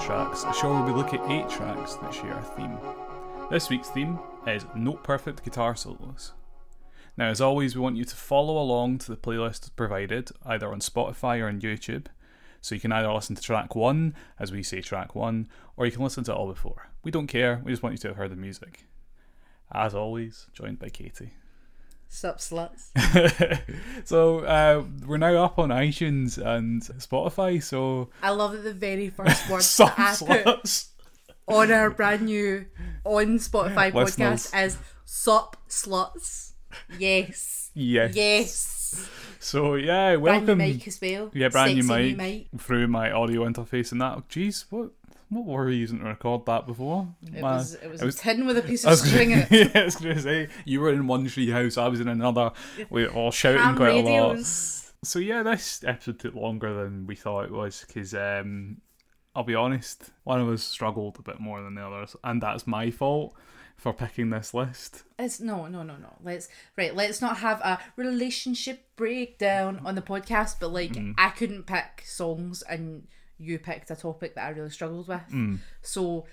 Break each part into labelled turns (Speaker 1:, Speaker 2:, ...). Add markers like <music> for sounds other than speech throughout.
Speaker 1: tracks, the show will be looking at eight tracks that share a theme. This week's theme is Note Perfect Guitar Solos. Now, as always, we want you to follow along to the playlist provided, either on Spotify or on YouTube. So you can either listen to track one, as we say track one, or you can listen to it all before. We don't care, we just want you to have heard the music. As always, joined by Katie.
Speaker 2: Sup, sluts.
Speaker 1: so uh, we're now up on iTunes and Spotify, so
Speaker 2: I love that the
Speaker 1: <laughs>
Speaker 2: very first words
Speaker 1: some
Speaker 2: that I put
Speaker 1: sluts.
Speaker 2: on our brand new on Spotify
Speaker 1: Listeners.
Speaker 2: podcast is sup, sluts. Yes.
Speaker 1: Yes.
Speaker 2: Yes.
Speaker 1: So yeah,
Speaker 2: Brand new
Speaker 1: welcome.
Speaker 2: mic as well.
Speaker 1: Yeah, brand new
Speaker 2: Sexy
Speaker 1: mic, through my audio interface and that. Jeez, what what were we using to record that before?
Speaker 2: It
Speaker 1: My-
Speaker 2: was, it was,
Speaker 1: I was-
Speaker 2: tin with a piece
Speaker 1: I
Speaker 2: of
Speaker 1: was <laughs>
Speaker 2: string in
Speaker 1: gonna,
Speaker 2: it.
Speaker 1: yeah, I was gonna say you were in one tree house, I was in another. We were all shouting
Speaker 2: Ham
Speaker 1: quite a lot.
Speaker 2: radios.
Speaker 1: So yeah, this episode took longer than we thought it was because um, I'll be honest, one of us struggled a bit more than the others, and that's my fault for picking this list.
Speaker 2: It's no, no, no, no. Let's right. Let's not have a relationship breakdown on the podcast. But like, I couldn't pick songs, and you picked a topic that I really struggled with. So,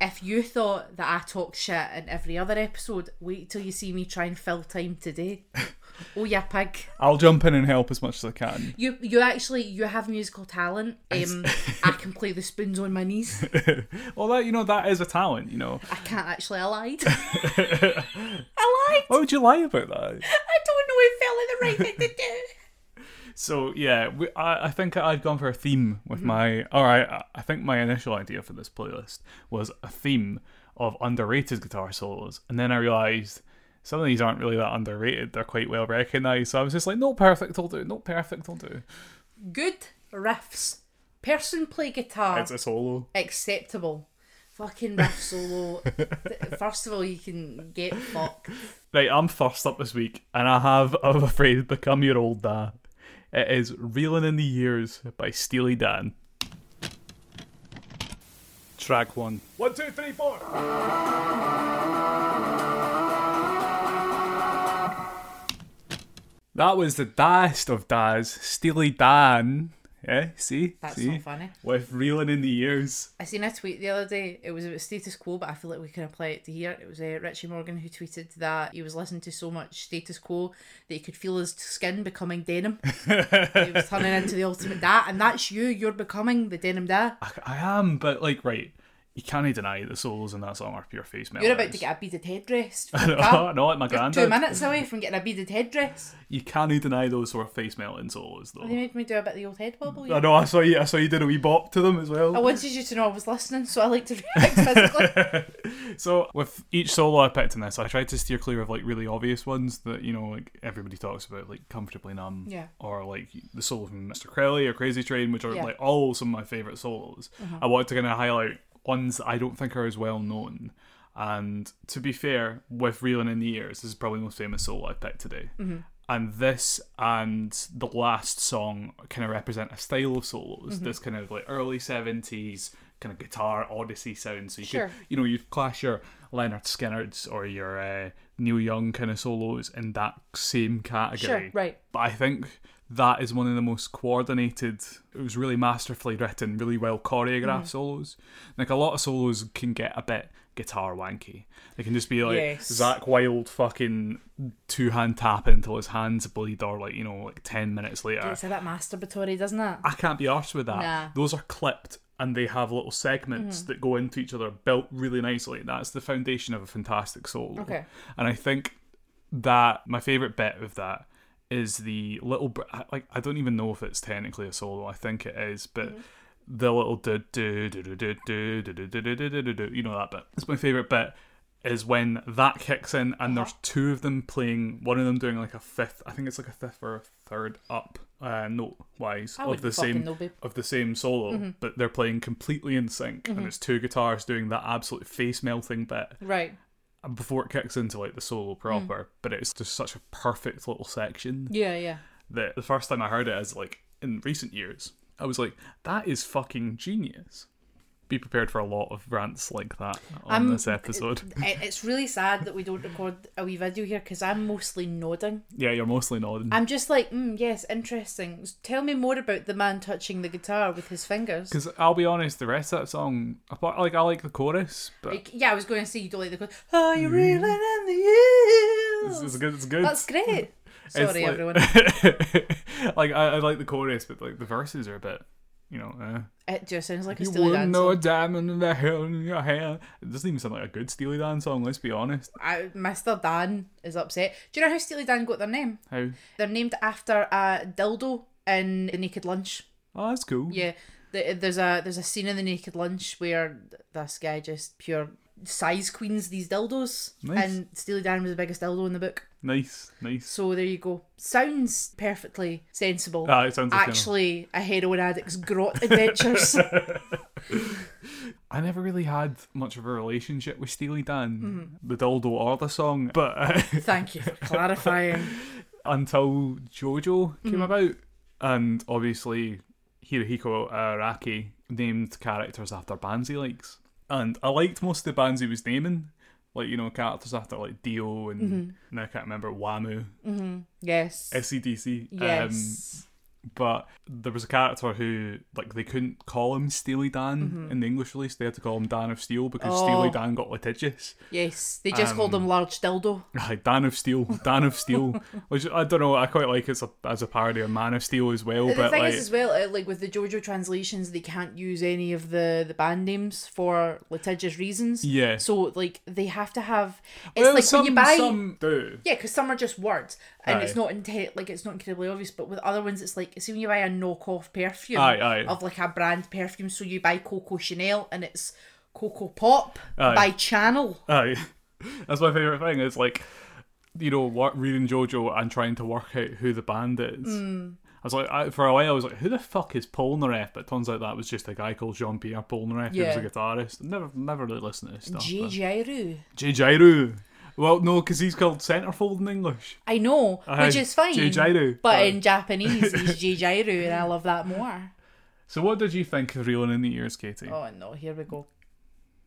Speaker 2: if you thought that I talk shit in every other episode, wait till you see me try and fill time today. oh yeah, pig.
Speaker 1: I'll jump in and help as much as I can.
Speaker 2: You you actually you have musical talent. Um, I can play the spoons on my knees.
Speaker 1: Well, that you know that is a talent, you know.
Speaker 2: I can't actually. I lied. I lied.
Speaker 1: Why would you lie about that?
Speaker 2: I don't know if fell in the right thing to do.
Speaker 1: So yeah, we, I, I think I'd gone for a theme with my. All right, I- I think my initial idea for this playlist was a theme of underrated guitar solos, and then I realised some of these aren't really that underrated. They're quite well recognised. So I was just like, not perfect, will do. Not perfect, will do.
Speaker 2: good riffs. Person play guitar
Speaker 1: It's a solo.
Speaker 2: acceptable. Fucking
Speaker 1: <laughs>
Speaker 2: riff solo. Th- First of all, you can get fucked.
Speaker 1: Right, I'm first up this week, and I have, <laughs> I'm afraid, become your old dad. It is "Reeling in the Years" by Steely Dan. Track one. One, two, three, four. That was the dast of Daz, Steely Dan. Yeah, see?
Speaker 2: That's
Speaker 1: see?
Speaker 2: not funny.
Speaker 1: With reeling in the years.
Speaker 2: I seen a tweet the other day. It was about status quo, but I feel like we can apply it to here. It was uh, Richie Morgan who tweeted that he was listening to so much status quo that he could feel his skin
Speaker 1: <laughs>
Speaker 2: becoming denim. he was turning into the ultimate dad, and that's you. You're becoming the denim dad.
Speaker 1: I, I am, but like, right, you can't deny the solos in that song are pure face melodies.
Speaker 2: You're about to get a
Speaker 1: <laughs>
Speaker 2: beaded headdress. for the
Speaker 1: no,
Speaker 2: car.
Speaker 1: no, like my
Speaker 2: You're two
Speaker 1: granddad.
Speaker 2: minutes away from getting a beaded headdress.
Speaker 1: You can't deny those sort of face melting solos,
Speaker 2: They
Speaker 1: though.
Speaker 2: made me do a bit of the old head wobble. yeah.
Speaker 1: I know. I saw you. I saw you did a wee bop to them as well.
Speaker 2: I wanted you to know I was listening, so I <laughs> like to react
Speaker 1: <laughs>
Speaker 2: physically.
Speaker 1: So with each solo I picked in this, I tried to steer clear of like really obvious ones that you know like everybody talks about, like "Comfortably Numb,"
Speaker 2: Yeah.
Speaker 1: or like the solo from Mr. Crowley or "Crazy Train," which are
Speaker 2: Yeah. Uh-huh.
Speaker 1: like all some of my favorite solos. I wanted to kind of highlight ones that I don't think are as well known. And to be fair, with "Reeling in the Ears," this is probably the most famous solo I picked today.
Speaker 2: Mm-hmm.
Speaker 1: And this and the last song kind of represent a style of solos.
Speaker 2: Mm-hmm.
Speaker 1: This kind of like early seventies kind of guitar odyssey sound. So <laughs> you
Speaker 2: Sure.
Speaker 1: could you know, you'd clash your Leonard Skinner's or your uh, Neil Young kind of solos in that same category.
Speaker 2: Sure, right.
Speaker 1: But I think that is one of the most coordinated. It was really masterfully written, really well choreographed
Speaker 2: Mm.
Speaker 1: solos. Like a lot of solos can get a bit guitar wanky. They can just be like
Speaker 2: Yes.
Speaker 1: Zach Wild fucking two hand tapping until his hands bleed, or like you know, like ten minutes later.
Speaker 2: It's a bit masturbatory, doesn't it?
Speaker 1: I can't be arsed with that.
Speaker 2: Nah. Mm-hmm.
Speaker 1: Those are clipped and they have little segments that go into each other, built really nicely. That's the foundation of a fantastic solo.
Speaker 2: Okay.
Speaker 1: And I think that my favorite bit of that is the little br- I- like I don't even know if it's technically a solo. I think it is, but.
Speaker 2: Mm-hmm.
Speaker 1: The little do do do do do do do do do do do do do do you know that bit. It's my favorite bit is when that kicks in and
Speaker 2: Uh-huh.
Speaker 1: there's two of them playing. One of them doing like a fifth. I think it's like a fifth or a third up uh, note wise
Speaker 2: I
Speaker 1: of the
Speaker 2: wouldn't fucking
Speaker 1: same
Speaker 2: know, babe. Mm-hmm.
Speaker 1: of the same solo, but they're playing completely in sync, and it's two guitars doing that absolute face melting bit
Speaker 2: Right.
Speaker 1: before it kicks into like the
Speaker 2: Mm.
Speaker 1: solo proper. But it's just such a perfect little section
Speaker 2: Yeah, yeah.
Speaker 1: that the first time I heard it is like in recent years, I was like, that is fucking genius. be prepared for a lot of rants like that on
Speaker 2: I'm-
Speaker 1: this episode.
Speaker 2: <laughs> It, it's really sad that we don't record a wee video here because I'm mostly nodding.
Speaker 1: yeah, you're mostly nodding.
Speaker 2: I'm just like, mm, yes, interesting. Tell me more about the man touching the guitar with his fingers.
Speaker 1: Because I'll be honest, the rest of that song, apart like I like the chorus, but
Speaker 2: Like, yeah, I was going to say you don't like the chord. Are you reeling in the
Speaker 1: it's, it's
Speaker 2: hills?
Speaker 1: Mm-hmm. good. It's good.
Speaker 2: That's great.
Speaker 1: It's
Speaker 2: Sorry,
Speaker 1: like-
Speaker 2: everyone.
Speaker 1: <laughs> like I, I like the chorus, but like the verses are a bit, you know. Eh.
Speaker 2: It just sounds like a
Speaker 1: You
Speaker 2: Steely
Speaker 1: wouldn't
Speaker 2: Dan
Speaker 1: know a
Speaker 2: song.
Speaker 1: diamond in the hell in your hand. It doesn't even sound like a good Steely Dan song. Let's be honest.
Speaker 2: I, Mr. Dan is upset. Do you know how Steely Dan got their name?
Speaker 1: How?
Speaker 2: They're named after a dildo in The Naked Lunch.
Speaker 1: Oh, that's cool.
Speaker 2: Yeah, the- there's a there's a scene in the Naked Lunch where this guy just pure size queens these dildos,
Speaker 1: Nice.
Speaker 2: and Steely Dan was the biggest dildo in the book.
Speaker 1: Nice, nice.
Speaker 2: So there you go. Sounds perfectly sensible.
Speaker 1: Ah, it sounds like
Speaker 2: Actually, a heroin addict's
Speaker 1: <laughs>
Speaker 2: grot <laughs> adventures.
Speaker 1: I never really had much of a relationship with Steely Dan,
Speaker 2: Mm-hmm.
Speaker 1: the dildo or the song, but <laughs>
Speaker 2: Thank you for clarifying.
Speaker 1: until JoJo came
Speaker 2: Mm.
Speaker 1: about, and obviously Hirohiko Araki named characters after bands he likes, and I liked most of the bands he was naming, like you know characters after like Dio and,
Speaker 2: Mm-hmm.
Speaker 1: and I can't remember Wamu,
Speaker 2: Yes.
Speaker 1: SCDC, um,
Speaker 2: yes.
Speaker 1: but there was a character who like they couldn't call him Steely Dan in the English release. They had to call him Dan of Steel because Steely
Speaker 2: Mm-hmm. Oh.
Speaker 1: Dan got litigious.
Speaker 2: yes. They just called
Speaker 1: um,
Speaker 2: him Large Dildo.
Speaker 1: Like, Dan of Steel, <laughs> Dan of Steel, which I don't know. I quite like it as a, as a parody of Man of Steel as well.
Speaker 2: the
Speaker 1: but
Speaker 2: thing
Speaker 1: like,
Speaker 2: is, as well, uh, like with the JoJo translations, they can't use any of the the band names for litigious reasons.
Speaker 1: Yeah.
Speaker 2: So like they have to have. It's
Speaker 1: well,
Speaker 2: like
Speaker 1: some,
Speaker 2: when you buy.
Speaker 1: some do.
Speaker 2: Yeah, because some are just words, and it's
Speaker 1: Aye.
Speaker 2: not intent like it's not incredibly obvious. But with other ones, it's like see when you buy a knockoff perfume
Speaker 1: Aye, aye.
Speaker 2: of like a brand perfume. So you buy Coco Chanel, and it's Coco Pop
Speaker 1: Aye. Oh,
Speaker 2: by Channel.
Speaker 1: Aye. <laughs> That's my favorite thing. Is like, you know, what reading JoJo and trying to work out who the band is.
Speaker 2: Hmm.
Speaker 1: I was like, I, for a while, I was like, who the fuck is Polnareff? But it turns out that was just a guy called Jean Pierre Polnareff, who was a
Speaker 2: Yeah.
Speaker 1: guitarist. Never, never really listened to his stuff.
Speaker 2: G.
Speaker 1: but-
Speaker 2: Giroux.
Speaker 1: J. Jiru. Well, no, because he's called Centerfold in English.
Speaker 2: I know,
Speaker 1: Aye,
Speaker 2: which is fine.
Speaker 1: J. Jiru.
Speaker 2: But
Speaker 1: Aye.
Speaker 2: in Japanese, he's J. Jiru, and I love that more.
Speaker 1: So, what did you think of Reeling in the Ears, Katie?
Speaker 2: Oh no, here we go.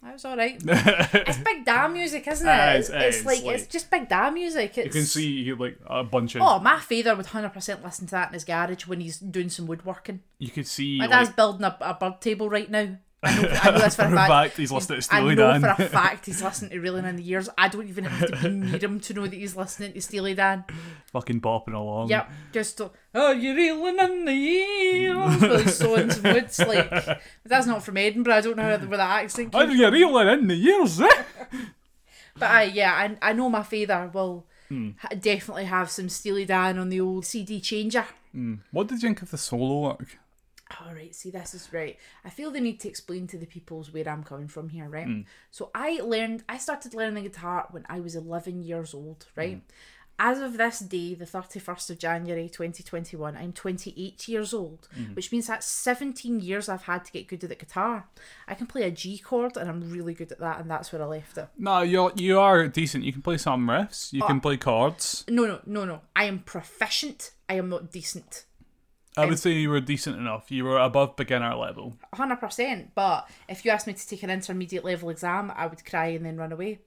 Speaker 2: That was
Speaker 1: <laughs>
Speaker 2: all right. it's big damn music, isn't it?
Speaker 1: Aye,
Speaker 2: it's,
Speaker 1: it's-
Speaker 2: it's
Speaker 1: it's
Speaker 2: like,
Speaker 1: like-
Speaker 2: it's just big damn music. It's,
Speaker 1: you can see you like a bunch of.
Speaker 2: Oh, my father would hundred percent listen to that in his garage when he's doing some woodworking.
Speaker 1: You could see.
Speaker 2: My
Speaker 1: Like,
Speaker 2: dad's building a, a bird table right now. I know,
Speaker 1: <laughs>
Speaker 2: I know that's for a
Speaker 1: for a
Speaker 2: fact.
Speaker 1: fact, he's listening to
Speaker 2: I
Speaker 1: Steely
Speaker 2: know
Speaker 1: Dan.
Speaker 2: for
Speaker 1: <laughs>
Speaker 2: a fact he's listening to Reeling in the Years. I don't even have to be near him to know that he's listening to Steely Dan.
Speaker 1: Fucking bopping along.
Speaker 2: Yep, just uh, oh, you're reeling in the years, like sewing some woods. Like <laughs> but that's not from Edinburgh. I don't know how the- where that accent. Came
Speaker 1: I did get Reeling in the Ears, eh?
Speaker 2: But I, yeah, I, I know my father will ha- definitely have some Steely Dan on the old CD changer.
Speaker 1: What did you think of the solo work?
Speaker 2: All right, see, this is right. I feel the need to explain to the peoples where I'm coming from here, right? So I learned, I started learning the guitar when I was 11 years old, right? As of this day, the 31st of January 2021, I'm 28 years old, which means that's 17 years I've had to get good at the guitar. I can play a G chord and I'm really good at that, and that's where I left it.
Speaker 1: No, you you are decent. You can play some riffs.
Speaker 2: Ah.
Speaker 1: You can play chords.
Speaker 2: No, no, no, no. I am proficient, I am not decent.
Speaker 1: I would say you were decent enough. You were above beginner level.
Speaker 2: hundred percent. But if you asked me to take an intermediate level exam, I would cry and then run away.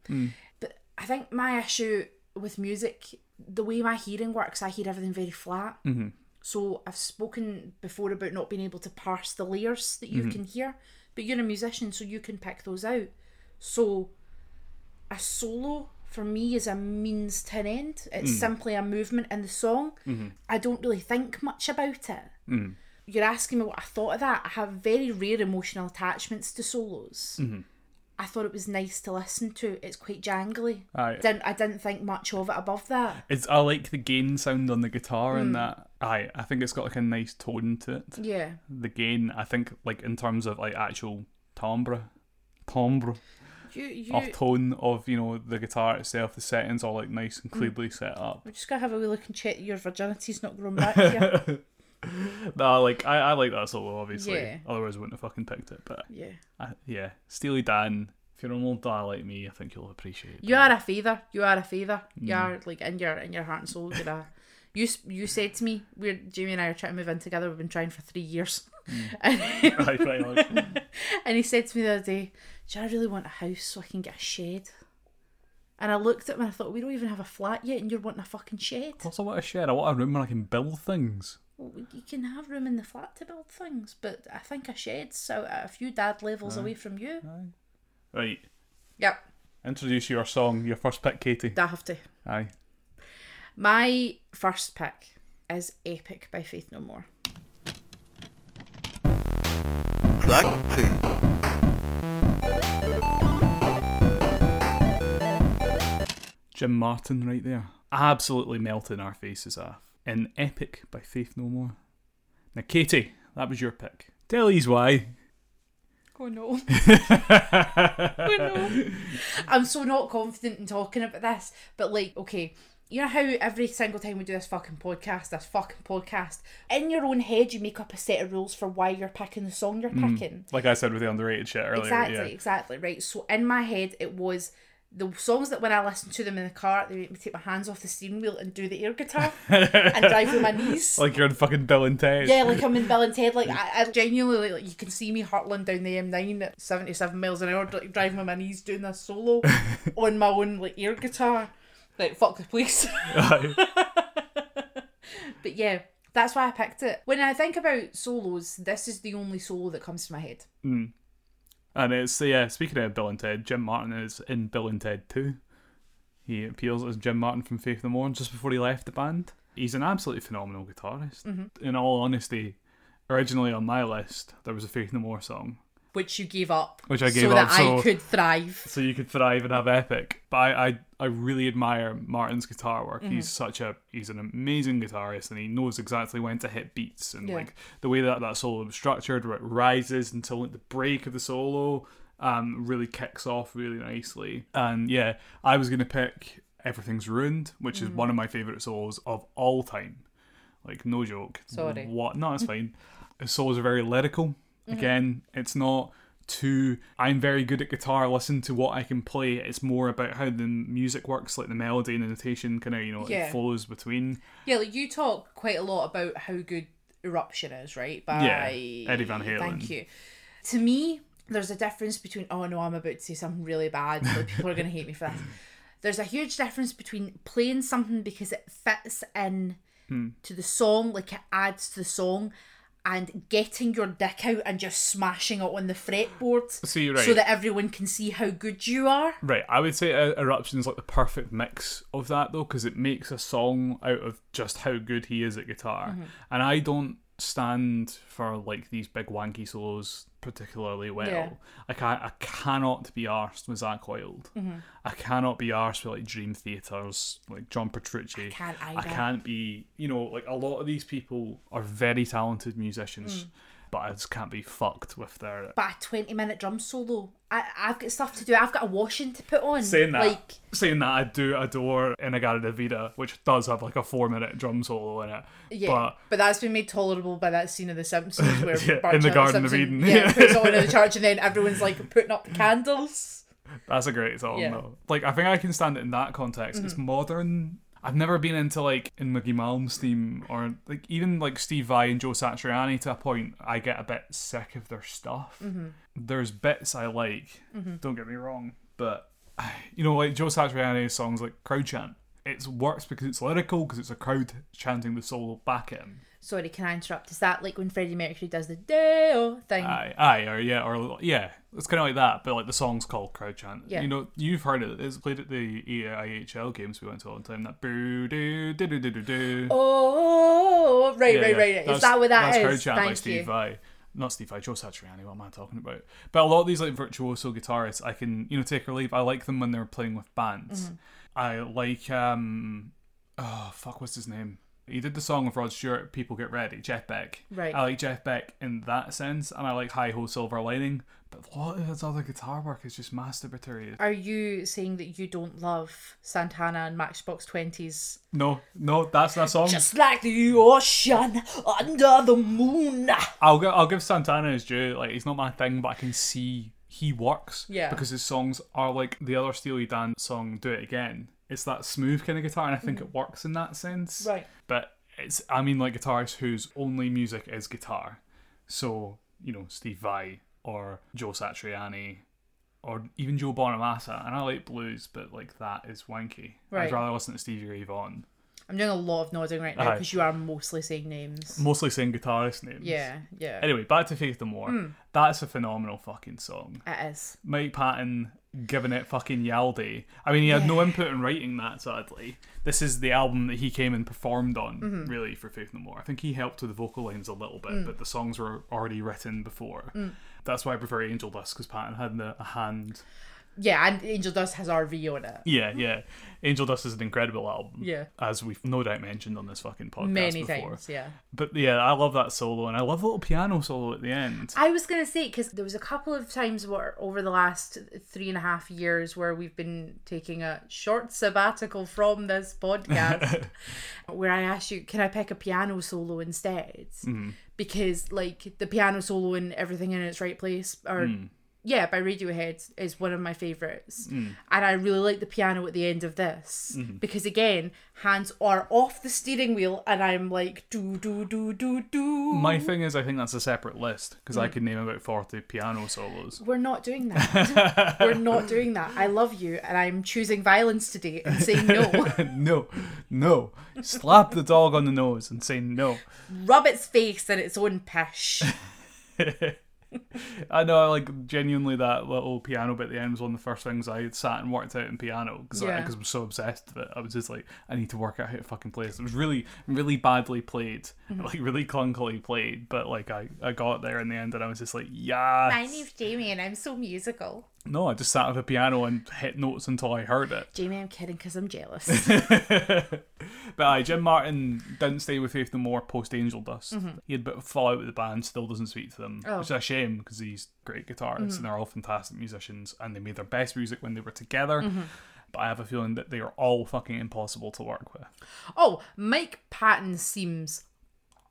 Speaker 2: But I think my issue with music, the way my hearing works, I hear everything very flat. So I've spoken before about not being able to parse the layers that you can hear, but you're a musician, so you can pick those out. So a solo for me is a means to an end. It's simply a movement in the song. I don't really think much about it you're asking me what I thought of that. I have very rare emotional attachments to solos. I thought it was nice to listen to. It's quite jangly.
Speaker 1: Aye.
Speaker 2: Didn't I didn't think much of it above that.
Speaker 1: It's I like the gain sound on the guitar
Speaker 2: Hmm.
Speaker 1: in that. I I think it's got like a nice tone to it.
Speaker 2: Yeah.
Speaker 1: The gain, I think, like in terms of like actual timbre, timbre
Speaker 2: You you
Speaker 1: or tone of you know the guitar itself. The settings are like nice
Speaker 2: Mm.
Speaker 1: and cleanly set up.
Speaker 2: we're just gonna have a wee look and check that your virginity's not grown back here.
Speaker 1: No, like I, I like that solo obviously.
Speaker 2: Mm. Yeah.
Speaker 1: Otherwise, I wouldn't have fucking picked it. But
Speaker 2: yeah.
Speaker 1: I, yeah, Steely Dan. If you're an old dad like me, I think you'll appreciate.
Speaker 2: You are a feather. You are a feather. You are like in your in your heart and soul. You're a You s- you said to me, we're Jamie and I are trying to move in together. We've been trying for three years, and,
Speaker 1: <laughs> Right, right, right.
Speaker 2: <laughs> and he said to me the other day, "Do you know, I really want a house so I can get a shed?" And I looked at him and I thought, "We don't even have a flat yet, and you're wanting a fucking shed."
Speaker 1: Plus, I want a shed. I want a room where I can build things.
Speaker 2: Well, you can have room in the flat to build things, but I think a shed's so a few dad levels away from you.
Speaker 1: Right.
Speaker 2: Yep,
Speaker 1: Introduce your song, your first pick, Katie.
Speaker 2: I have to.
Speaker 1: Aye.
Speaker 2: My first pick is Epic by Faith No More.
Speaker 3: Blackpink.
Speaker 1: Jim Martin right there. Absolutely melting our faces off. In Epic by Faith No More. Now, Katie, that was your pick. Tell us why.
Speaker 2: Oh no. oh no. <laughs> I'm so not confident in talking about this, but like, okay, you know how every single time we do this fucking podcast, this fucking podcast, in your own head you make up a set of rules for why you're picking the song you're picking.
Speaker 1: Like I said with the underrated shit earlier.
Speaker 2: Exactly, exactly, right. So in my head it was the songs that when I listen to them in the car, they make me take my hands off the steering wheel and do the air guitar and drive with my knees.
Speaker 1: Like you're in fucking Bill and Ted. <laughs>
Speaker 2: Yeah, like I'm in Bill and Ted. Like I, I genuinely, like, you can see me hurtling down the M9 at 77 miles an hour, like, driving on my knees, doing this
Speaker 1: <laughs>
Speaker 2: solo on my own like air guitar. Like fuck the police. <laughs> but yeah, that's why I picked it. When I think about solos, this is the only solo that comes to my head.
Speaker 1: And it's yeah. Speaking of Bill and Ted, Jim Martin is in Bill and Ted Two. He appears as Jim Martin from Faith No More and just before he left the band. He's an absolutely phenomenal guitarist.
Speaker 2: Mm-hmm.
Speaker 1: In all honesty, originally on my list there was a Faith No More song,
Speaker 2: Which you gave up.
Speaker 1: Which I gave
Speaker 2: so
Speaker 1: up,
Speaker 2: that
Speaker 1: so-
Speaker 2: I could thrive.
Speaker 1: so you could thrive and have epic. But I I, I really admire Martin's guitar work. He's
Speaker 2: Mm-hmm.
Speaker 1: such a he's an amazing guitarist and he knows exactly when to hit beats and
Speaker 2: Yeah.
Speaker 1: like the way that that solo was structured, where it rises until the break of the solo, um, really kicks off really nicely. And yeah, I was gonna pick Everything's Ruined, which is
Speaker 2: Mm-hmm.
Speaker 1: one of my favorite solos of all time. Like no joke.
Speaker 2: Sorry.
Speaker 1: What? No, it's
Speaker 2: <laughs>
Speaker 1: fine. His solos are very lyrical.
Speaker 2: Mm-hmm.
Speaker 1: Again, it's not too. I'm very good at guitar. Listen to what I can play. It's more about how the music works, like the melody and the notation, kind of you know
Speaker 2: Yeah.
Speaker 1: it flows between.
Speaker 2: Yeah, like you talk quite a lot about how good Eruption is, right? By
Speaker 1: Yeah, Eddie Van Halen.
Speaker 2: Thank you. To me, there's a difference between oh no, I'm about to say something really bad,
Speaker 1: <laughs>
Speaker 2: but people are gonna hate me for this. There's a huge difference between playing something because it fits in
Speaker 1: Hmm.
Speaker 2: to the song, like it adds to the song, and getting your dick out and just smashing it on the fretboard
Speaker 1: So you're
Speaker 2: so
Speaker 1: right.
Speaker 2: that everyone can see how good you are.
Speaker 1: Right, I would say uh, Eruption's like the perfect mix of that though, because it makes a song out of just how good he is at guitar.
Speaker 2: Mm-hmm.
Speaker 1: And I don't stand for like these big wanky solos particularly well.
Speaker 2: Yeah.
Speaker 1: Like I, I cannot be arsed with Zach Wilde.
Speaker 2: Mm-hmm.
Speaker 1: I cannot be arsed with like Dream Theaters, like John Petrucci. I
Speaker 2: can't
Speaker 1: I
Speaker 2: either.
Speaker 1: can't be, you know, like a lot of these people are very talented musicians,
Speaker 2: Mm.
Speaker 1: but I just can't be fucked with their
Speaker 2: But a twenty minute drum solo. I, I've got stuff to do. I've got a washing to put on.
Speaker 1: Saying that,
Speaker 2: like
Speaker 1: saying that, I do adore Inagata Davida, which does have like a four-minute drum solo in it.
Speaker 2: Yeah, but, that's been made tolerable by that scene of
Speaker 1: <laughs>
Speaker 2: The Simpsons where
Speaker 1: Yeah,
Speaker 2: Bart
Speaker 1: in the
Speaker 2: Chandler
Speaker 1: Garden of
Speaker 2: Simpson,
Speaker 1: Eden.
Speaker 2: yeah, puts it
Speaker 1: <laughs>
Speaker 2: on in the church, and then everyone's like putting up the candles.
Speaker 1: But that's a great song
Speaker 2: Yeah. Mm-hmm.
Speaker 1: though. Like I think I can stand it in that context. It's modern. I've never been into like in Mickey Malm's theme or like even like Steve Vai and Joe Satriani to a point. I get a bit sick of their stuff.
Speaker 2: Mm-hmm.
Speaker 1: There's bits I like. Don't get me wrong, but <sighs> you know like Joe Satriani's songs like Crowd Chant. It works because it's lyrical because it's a crowd chanting the solo back at him.
Speaker 2: Sorry, can I interrupt? Is that like when Freddie Mercury does the Deo thing?
Speaker 1: Aye, aye, or yeah, or yeah, it's kind of like that. But like the song's called Crowd Chant.
Speaker 2: Yeah.
Speaker 1: You know, you've heard it. It's played at the E EIHL games we went to all the time. That boo doo doo doo doo doo doo.
Speaker 2: oh, right,
Speaker 1: Yeah,
Speaker 2: right,
Speaker 1: yeah.
Speaker 2: right. Is
Speaker 1: That's-
Speaker 2: that what that
Speaker 1: that's
Speaker 2: is?
Speaker 1: Crowd Chant by
Speaker 2: Thank
Speaker 1: Steve uh.
Speaker 2: you.
Speaker 1: Vai. Not Steve Vai, Joe Satriani. What am I talking about? But a lot of these like virtuoso guitarists, I can you know take or leave. I like them when they're playing with bands.
Speaker 2: Mm-hmm.
Speaker 1: I like um, oh fuck, what's his name? He did the song with Rod Stewart, People Get Ready, Jeff Beck.
Speaker 2: Right.
Speaker 1: I like Jeff Beck in that sense, and I like Hi Ho Silver Lining, but a lot of his other guitar work is just masturbatory.
Speaker 2: Are you saying that you don't love Santana and Matchbox Twenties?
Speaker 1: No, no, that's that song.
Speaker 2: Just like the ocean under the moon.
Speaker 1: I'll give, I'll give Santana his due. Like he's not my thing, but I can see he works.
Speaker 2: Yeah.
Speaker 1: Because his songs are like the other Steely Dan song, "Do It Again." it's that smooth kind of guitar, and I think it works in that sense.
Speaker 2: Mm. Right.
Speaker 1: But it's I mean like guitarists whose only music is guitar. So, you know, Steve Vai or Joe Satriani or even Joe Bonamassa. And I like blues, but like that is wanky.
Speaker 2: Right.
Speaker 1: I'd rather listen to Stevie Ray Vaughan.
Speaker 2: I'm doing a lot of nodding right now
Speaker 1: Aye.
Speaker 2: because you are mostly saying names.
Speaker 1: Mostly saying guitarist names.
Speaker 2: Yeah, yeah.
Speaker 1: Anyway, back to Faith No More.
Speaker 2: Hmm.
Speaker 1: That's a phenomenal fucking song.
Speaker 2: It is.
Speaker 1: Mike Patton giving it fucking Yaldi. I mean, he had no input in writing that, sadly. This is the album that he came and performed on,
Speaker 2: Mm-hmm.
Speaker 1: really, for Faith No More. I think he helped with the vocal lines a little
Speaker 2: Mm.
Speaker 1: bit, but the songs were already written before. That's why I prefer Angel Dust, because Patton had the, a hand.
Speaker 2: Yeah, and Angel Dust has RV on it.
Speaker 1: Yeah, yeah. Angel Dust is an incredible album.
Speaker 2: Yeah.
Speaker 1: As we've no doubt mentioned on this fucking podcast
Speaker 2: Many
Speaker 1: before.
Speaker 2: times, yeah.
Speaker 1: But yeah, I love that solo, and I love the little piano solo at the end.
Speaker 2: I was gonna say because there was a couple of times where over the last three and a half years where we've been taking a short sabbatical from this podcast, where I asked you, "Can I pick a piano solo instead?" Because like the piano solo and everything in its right place, or yeah, by Radiohead is one of my favorites, and I really like the piano at the end of this because again, hands are off the steering wheel, and I'm like do do do do do.
Speaker 1: My thing is, I think that's a separate list because I could name about 40 piano
Speaker 2: <laughs>
Speaker 1: solos. <laughs>
Speaker 2: We're not doing that. <laughs> We're not doing that. I love you, and I'm choosing violence today and saying <laughs> no.
Speaker 1: no, no. Slap the dog on the nose and say no.
Speaker 2: Rub its face in its own pish.
Speaker 1: I know, I like genuinely that little piano bit at the end was one of the first things I sat and worked out in piano because
Speaker 2: Yeah.
Speaker 1: I, 'cause I was so obsessed with it. I was just like, I need to work out how to fucking play this. It was really, really badly played, like really clunkily played, but like I, I got there in the end and I was just like, yeah.
Speaker 2: Jamie, and I'm so musical.
Speaker 1: No, I just sat with a piano and hit notes until I heard it.
Speaker 2: Jamie, I'm kidding because I'm jealous. <laughs>
Speaker 1: But aye, Jim Martin didn't stay with Faith No More post Angel Dust.
Speaker 2: Mm-hmm.
Speaker 1: He had a bit of fallout with the band, still doesn't speak to them,
Speaker 2: Oh.
Speaker 1: which is a shame because he's a great guitarist
Speaker 2: Mm-hmm.
Speaker 1: and they're all fantastic musicians and they made their best music when they were together.
Speaker 2: Mm-hmm.
Speaker 1: But I have a feeling that they are all fucking impossible to work with.
Speaker 2: oh, Mike Patton seems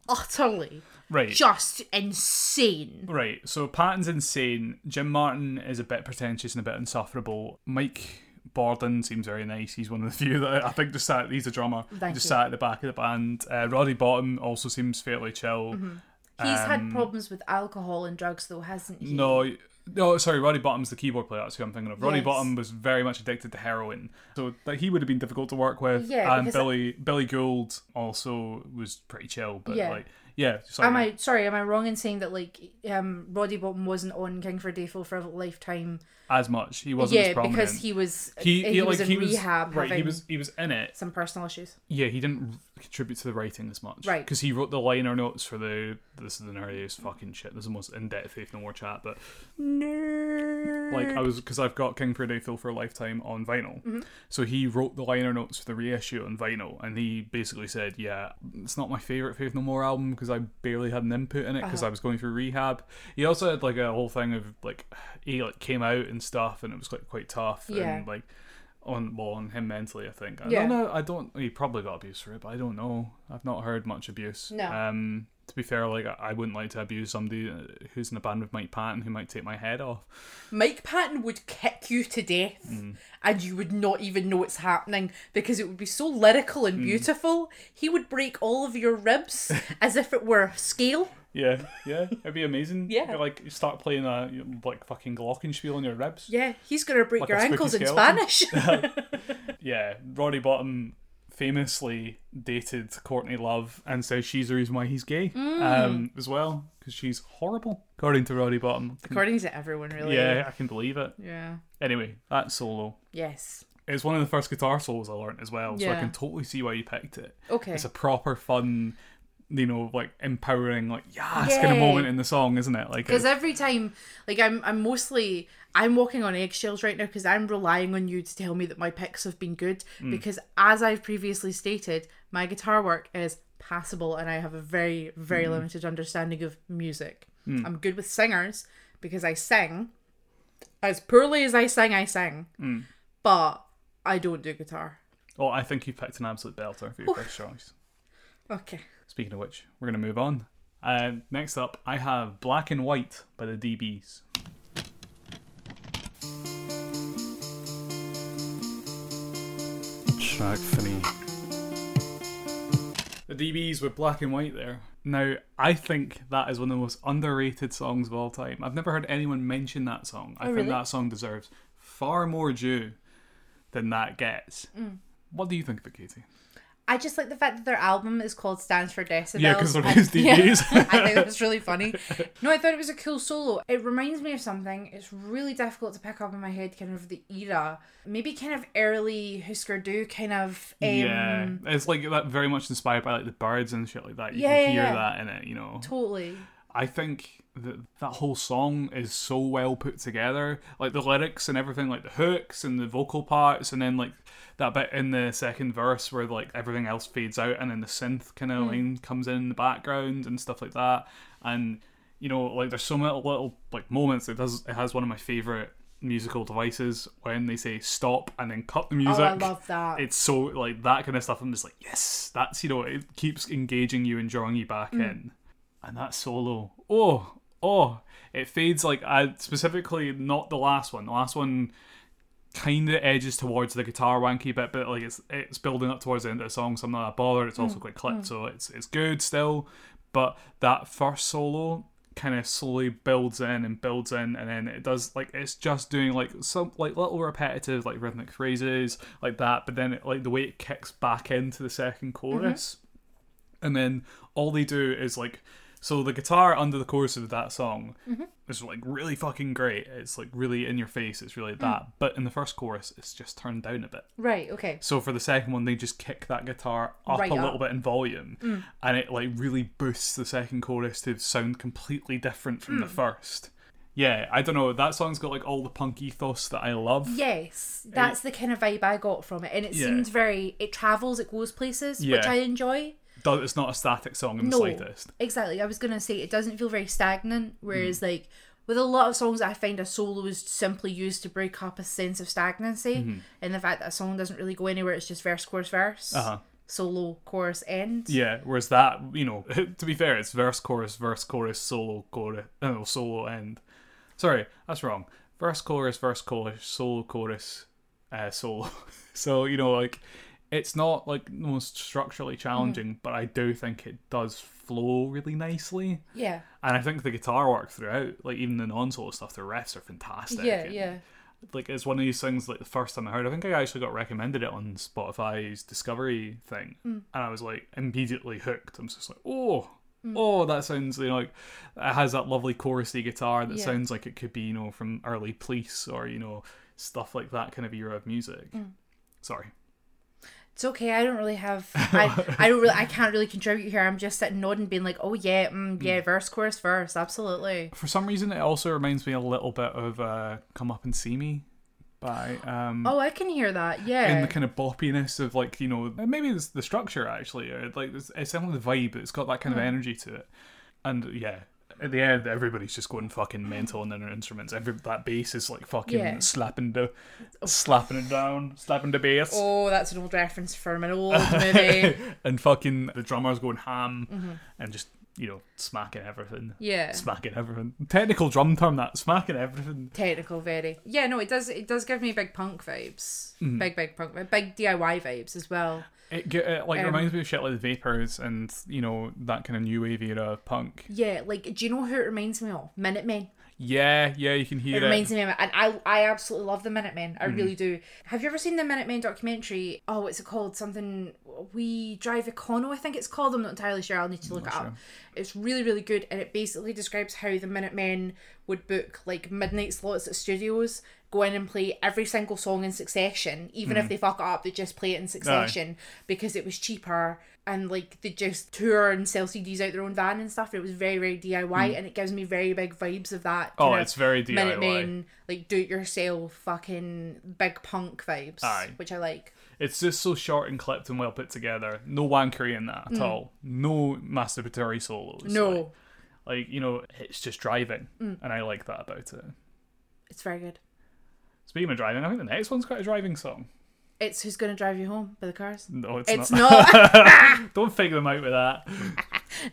Speaker 2: utterly
Speaker 1: Right.
Speaker 2: just insane.
Speaker 1: Right. So Patton's insane. Jim Martin is a bit pretentious and a bit insufferable. Mike Borden seems very nice. He's one of the few that I think just sat. He's a drummer.
Speaker 2: Thank
Speaker 1: just
Speaker 2: you.
Speaker 1: sat at the back of the band. Uh, Roddy Bottom also seems fairly chill.
Speaker 2: Mm-hmm. He's had problems with alcohol and drugs, though, hasn't he?
Speaker 1: Um, No, y- no, sorry, Roddy Bottom's the keyboard player. That's who I'm thinking of. Roddy
Speaker 2: Yes.
Speaker 1: Bottom was very much addicted to heroin, so like, he would have been difficult to work with.
Speaker 2: Yeah,
Speaker 1: and
Speaker 2: because I-
Speaker 1: Billy Billy Gould also was pretty chill, but
Speaker 2: Yeah.
Speaker 1: like, yeah, sorry,
Speaker 2: Am I sorry? Am I wrong in saying that like um, Roddy Bottom wasn't on King for a Day Full for a lifetime?
Speaker 1: as much he wasn't
Speaker 2: Yeah,
Speaker 1: as prominent.
Speaker 2: because he was
Speaker 1: he, he,
Speaker 2: was
Speaker 1: like,
Speaker 2: in
Speaker 1: he was
Speaker 2: rehab
Speaker 1: right. He
Speaker 2: having-
Speaker 1: was he was in it.
Speaker 2: some personal issues.
Speaker 1: Yeah, he didn't r- contribute to the writing as much.
Speaker 2: Right.
Speaker 1: because he wrote the liner notes for the this is the nerdiest fucking shit. This is the most in depth Faith No More chat, but like I was because I've got King for a Day Phil for a Lifetime on vinyl.
Speaker 2: Mm-hmm.
Speaker 1: So he wrote the liner notes for the reissue on vinyl, and he basically said, "Yeah, it's not my favorite Faith No More album because I barely had an input in it because
Speaker 2: Uh-huh.
Speaker 1: I was going through rehab." He also had like a whole thing of like he like came out and stuff, and it was quite quite tough,
Speaker 2: Yeah.
Speaker 1: and like. On well, on him mentally, I think. I
Speaker 2: Yeah.
Speaker 1: don't know. I don't. He probably got abuse for it, but I don't know. I've not heard much abuse.
Speaker 2: No.
Speaker 1: Um. To be fair, like I I wouldn't like to abuse somebody uh, who's in a band with Mike Patton who might take my head off.
Speaker 2: Mike Patton would kick you to death
Speaker 1: Mm.
Speaker 2: and you would not even know it's happening because it would be so lyrical
Speaker 1: Mm.
Speaker 2: and beautiful. He would break all of
Speaker 1: <laughs>
Speaker 2: your ribs as if it were scale.
Speaker 1: Yeah, <laughs> yeah, it'd be amazing.
Speaker 2: Yeah.
Speaker 1: You, like you start playing a you know, like fucking glockenspiel on your ribs.
Speaker 2: Yeah, he's going to break
Speaker 1: Like
Speaker 2: your
Speaker 1: a spooky
Speaker 2: ankles in
Speaker 1: skeleton. <laughs>
Speaker 2: Spanish.
Speaker 1: Yeah, Roddy Bottom famously dated Courtney Love and says she's the reason why he's gay
Speaker 2: Mm.
Speaker 1: um, as well because she's horrible, according to Roddy Bottom.
Speaker 2: According to everyone, really.
Speaker 1: Yeah, I can believe it.
Speaker 2: Yeah.
Speaker 1: Anyway, that solo.
Speaker 2: Yes.
Speaker 1: It's one of the first guitar solos I learnt as well, so I
Speaker 2: Yeah.
Speaker 1: can totally see why you picked it.
Speaker 2: Okay.
Speaker 1: It's a proper fun, you know, like empowering, like yes kind of
Speaker 2: Yay.
Speaker 1: moment in the song, isn't it? Like,
Speaker 2: Because
Speaker 1: it's,
Speaker 2: every time, like I'm, I'm mostly, I'm walking on eggshells right now because I'm relying on you to tell me that my picks have been good. Because as I've previously stated, my guitar work is passable, and I have a very, very limited understanding of music. I'm good with singers because I sing. As poorly as I sing, I sing, but I don't do guitar.
Speaker 1: oh, I think you picked an absolute belter for your first choice.
Speaker 2: Okay.
Speaker 1: Speaking of which, we're gonna move on. Uh, next up, I have Black and White by the DBs. track for me. The DBs with black and white there. Now, I think that is one of the most underrated songs of all time. I've never heard anyone mention that song. I think
Speaker 2: really?
Speaker 1: that song deserves far more due than that gets. What do you think of it, Katie?
Speaker 2: I just like the fact that their album is called Stands for Decibels.
Speaker 1: Yeah, 'cause they're
Speaker 2: I- <laughs>
Speaker 1: just DBs.
Speaker 2: I think that was
Speaker 1: <laughs>
Speaker 2: really funny. No, I thought it was a cool solo. It reminds me of something. It's really difficult to pick up in my head, kind of the era. Maybe kind of early Husker Du kind of. Um,
Speaker 1: yeah, it's like that very much inspired by like the birds and shit like that. You
Speaker 2: Yeah, yeah,
Speaker 1: can hear
Speaker 2: yeah.
Speaker 1: that in it, you know.
Speaker 2: Totally.
Speaker 1: I think that that whole song is so well put together. Like the lyrics and everything, like the hooks and the vocal parts, and then like that bit in the second verse where like everything else fades out, and then the synth kind
Speaker 2: Hmm.
Speaker 1: of line comes in, in the background and stuff like that. And you know, like there's so many little like moments. It does. It has one of my favorite musical devices when they say stop and then cut the music.
Speaker 2: Oh, love that.
Speaker 1: It's so like that kind of stuff. I'm just like, yes, that's you know, it keeps engaging you and drawing you back in and that solo oh oh it fades like i specifically not the last one the last one kind of edges towards the guitar wanky bit but like it's it's building up towards the end of the song so i'm not bothered it's also quite clipped so it's it's good still but that first solo kind of slowly builds in and builds in and then it does like it's just doing like some like little repetitive like rhythmic phrases like that but then it, like the way it kicks back into the second chorus and then all they do is like so the guitar under the chorus of that song is like really fucking great it's like really in your face it's really that but in the first chorus it's just turned down a bit
Speaker 2: Right, okay.
Speaker 1: so for the second one they just kick that guitar up
Speaker 2: Right
Speaker 1: a
Speaker 2: up. Mm.
Speaker 1: little bit in volume and it like really boosts the second chorus to sound completely different from
Speaker 2: Mm.
Speaker 1: the first yeah i don't know that song's got like all the punk ethos that i love
Speaker 2: Yes, that's the kind of vibe I got from it. And it
Speaker 1: Yeah.
Speaker 2: seems very. It travels, it goes places, which
Speaker 1: Yeah.
Speaker 2: I enjoy.
Speaker 1: Though it's not a static song in the
Speaker 2: No,
Speaker 1: slightest Mm.
Speaker 2: exactly. I was gonna say it doesn't feel very stagnant. Whereas, like with a lot of songs, I find a solo is simply used to break up a sense of stagnancy,
Speaker 1: Mm-hmm.
Speaker 2: and the fact that a song doesn't really go anywhere. It's just verse, chorus, verse,
Speaker 1: Uh-huh.
Speaker 2: solo, chorus, end.
Speaker 1: Yeah, whereas that, you know, <laughs> to be fair, it's verse, chorus, verse, chorus, solo, chorus, uh, no, solo, end. Sorry, that's wrong. Verse, chorus, verse, chorus, solo, chorus, uh, solo. <laughs> so, you know, like, it's not, like, the most structurally
Speaker 2: Mm-hmm.
Speaker 1: challenging, but I do think it does flow really nicely.
Speaker 2: yeah,
Speaker 1: And I think the guitar work throughout, like, even the non solo stuff, the riffs are fantastic.
Speaker 2: yeah,
Speaker 1: and-
Speaker 2: yeah.
Speaker 1: like it's one of these things like the first time I heard I think I actually got recommended it on Spotify's discovery thing and I was like immediately hooked I'm just like oh oh that sounds you know like it has that lovely chorusy guitar that
Speaker 2: Yeah.
Speaker 1: sounds like it could be you know from early Police or you know stuff like that kind of era of music sorry
Speaker 2: It's okay. I don't
Speaker 1: <laughs>
Speaker 2: really have. I, I don't really. I can't really contribute here. I'm just sitting nodding, being like, "Oh yeah, mm, yeah." Verse, chorus, verse. Absolutely.
Speaker 1: for some reason it also reminds me a little bit of uh, Come Up and See Me by um
Speaker 2: Oh, I can hear that.
Speaker 1: and the
Speaker 2: Yeah.
Speaker 1: kind of boppiness of like you know maybe it's the structure actually or like it's, it's definitely the vibe it's got that kind of
Speaker 2: Hmm.
Speaker 1: energy to it and yeah at the end everybody's just going fucking mental on their instruments every that bass is like fucking
Speaker 2: Yeah.
Speaker 1: slapping the slapping it down slapping the bass <laughs>
Speaker 2: Oh, that's an old reference from an old movie.
Speaker 1: and fucking the drummer's going ham and just you know smacking everything
Speaker 2: Mm-hmm. Yeah.
Speaker 1: smacking everything technical drum term that smacking everything
Speaker 2: technical very yeah no it does it does give me big punk vibes big big punk vi- big diy vibes as well
Speaker 1: it, ge- it like
Speaker 2: Um,
Speaker 1: reminds me of shit like the vapors and you know that kind of new wave era of punk
Speaker 2: yeah like do you know who it reminds me of minutemen
Speaker 1: Yeah, yeah, you can hear
Speaker 2: it Mm.
Speaker 1: it.
Speaker 2: reminds me of and i i absolutely love the minutemen i really do have you ever seen the minutemen documentary oh what's it called something we drive econo i think it's called i'm not entirely sure i'll need to look it up it's really really good and it basically describes how the minutemen would book like midnight slots at studios go in and play every single song in succession even if they fuck it up they just play it in succession because it was cheaper and like they just tour and sell cds out their own van and stuff it was very very diy and it gives me very big vibes of that
Speaker 1: Oh,
Speaker 2: kind of
Speaker 1: it's very DIY.
Speaker 2: Minutemen, like do it yourself, fucking big punk vibes,
Speaker 1: Aye.
Speaker 2: which I like.
Speaker 1: It's just so short and clipped and well put together. No wankery in that at all. No masturbatory solos.
Speaker 2: Mm. No, Mm.
Speaker 1: Like, like, you know, it's just driving. And I like that about it.
Speaker 2: it's very good.
Speaker 1: Speaking of driving, I think the next one's quite a driving song.
Speaker 2: It's who's gonna drive you home by the cars.
Speaker 1: No, it's, <laughs>
Speaker 2: It's
Speaker 1: not.
Speaker 2: not. <laughs>
Speaker 1: Don't fake them out with that.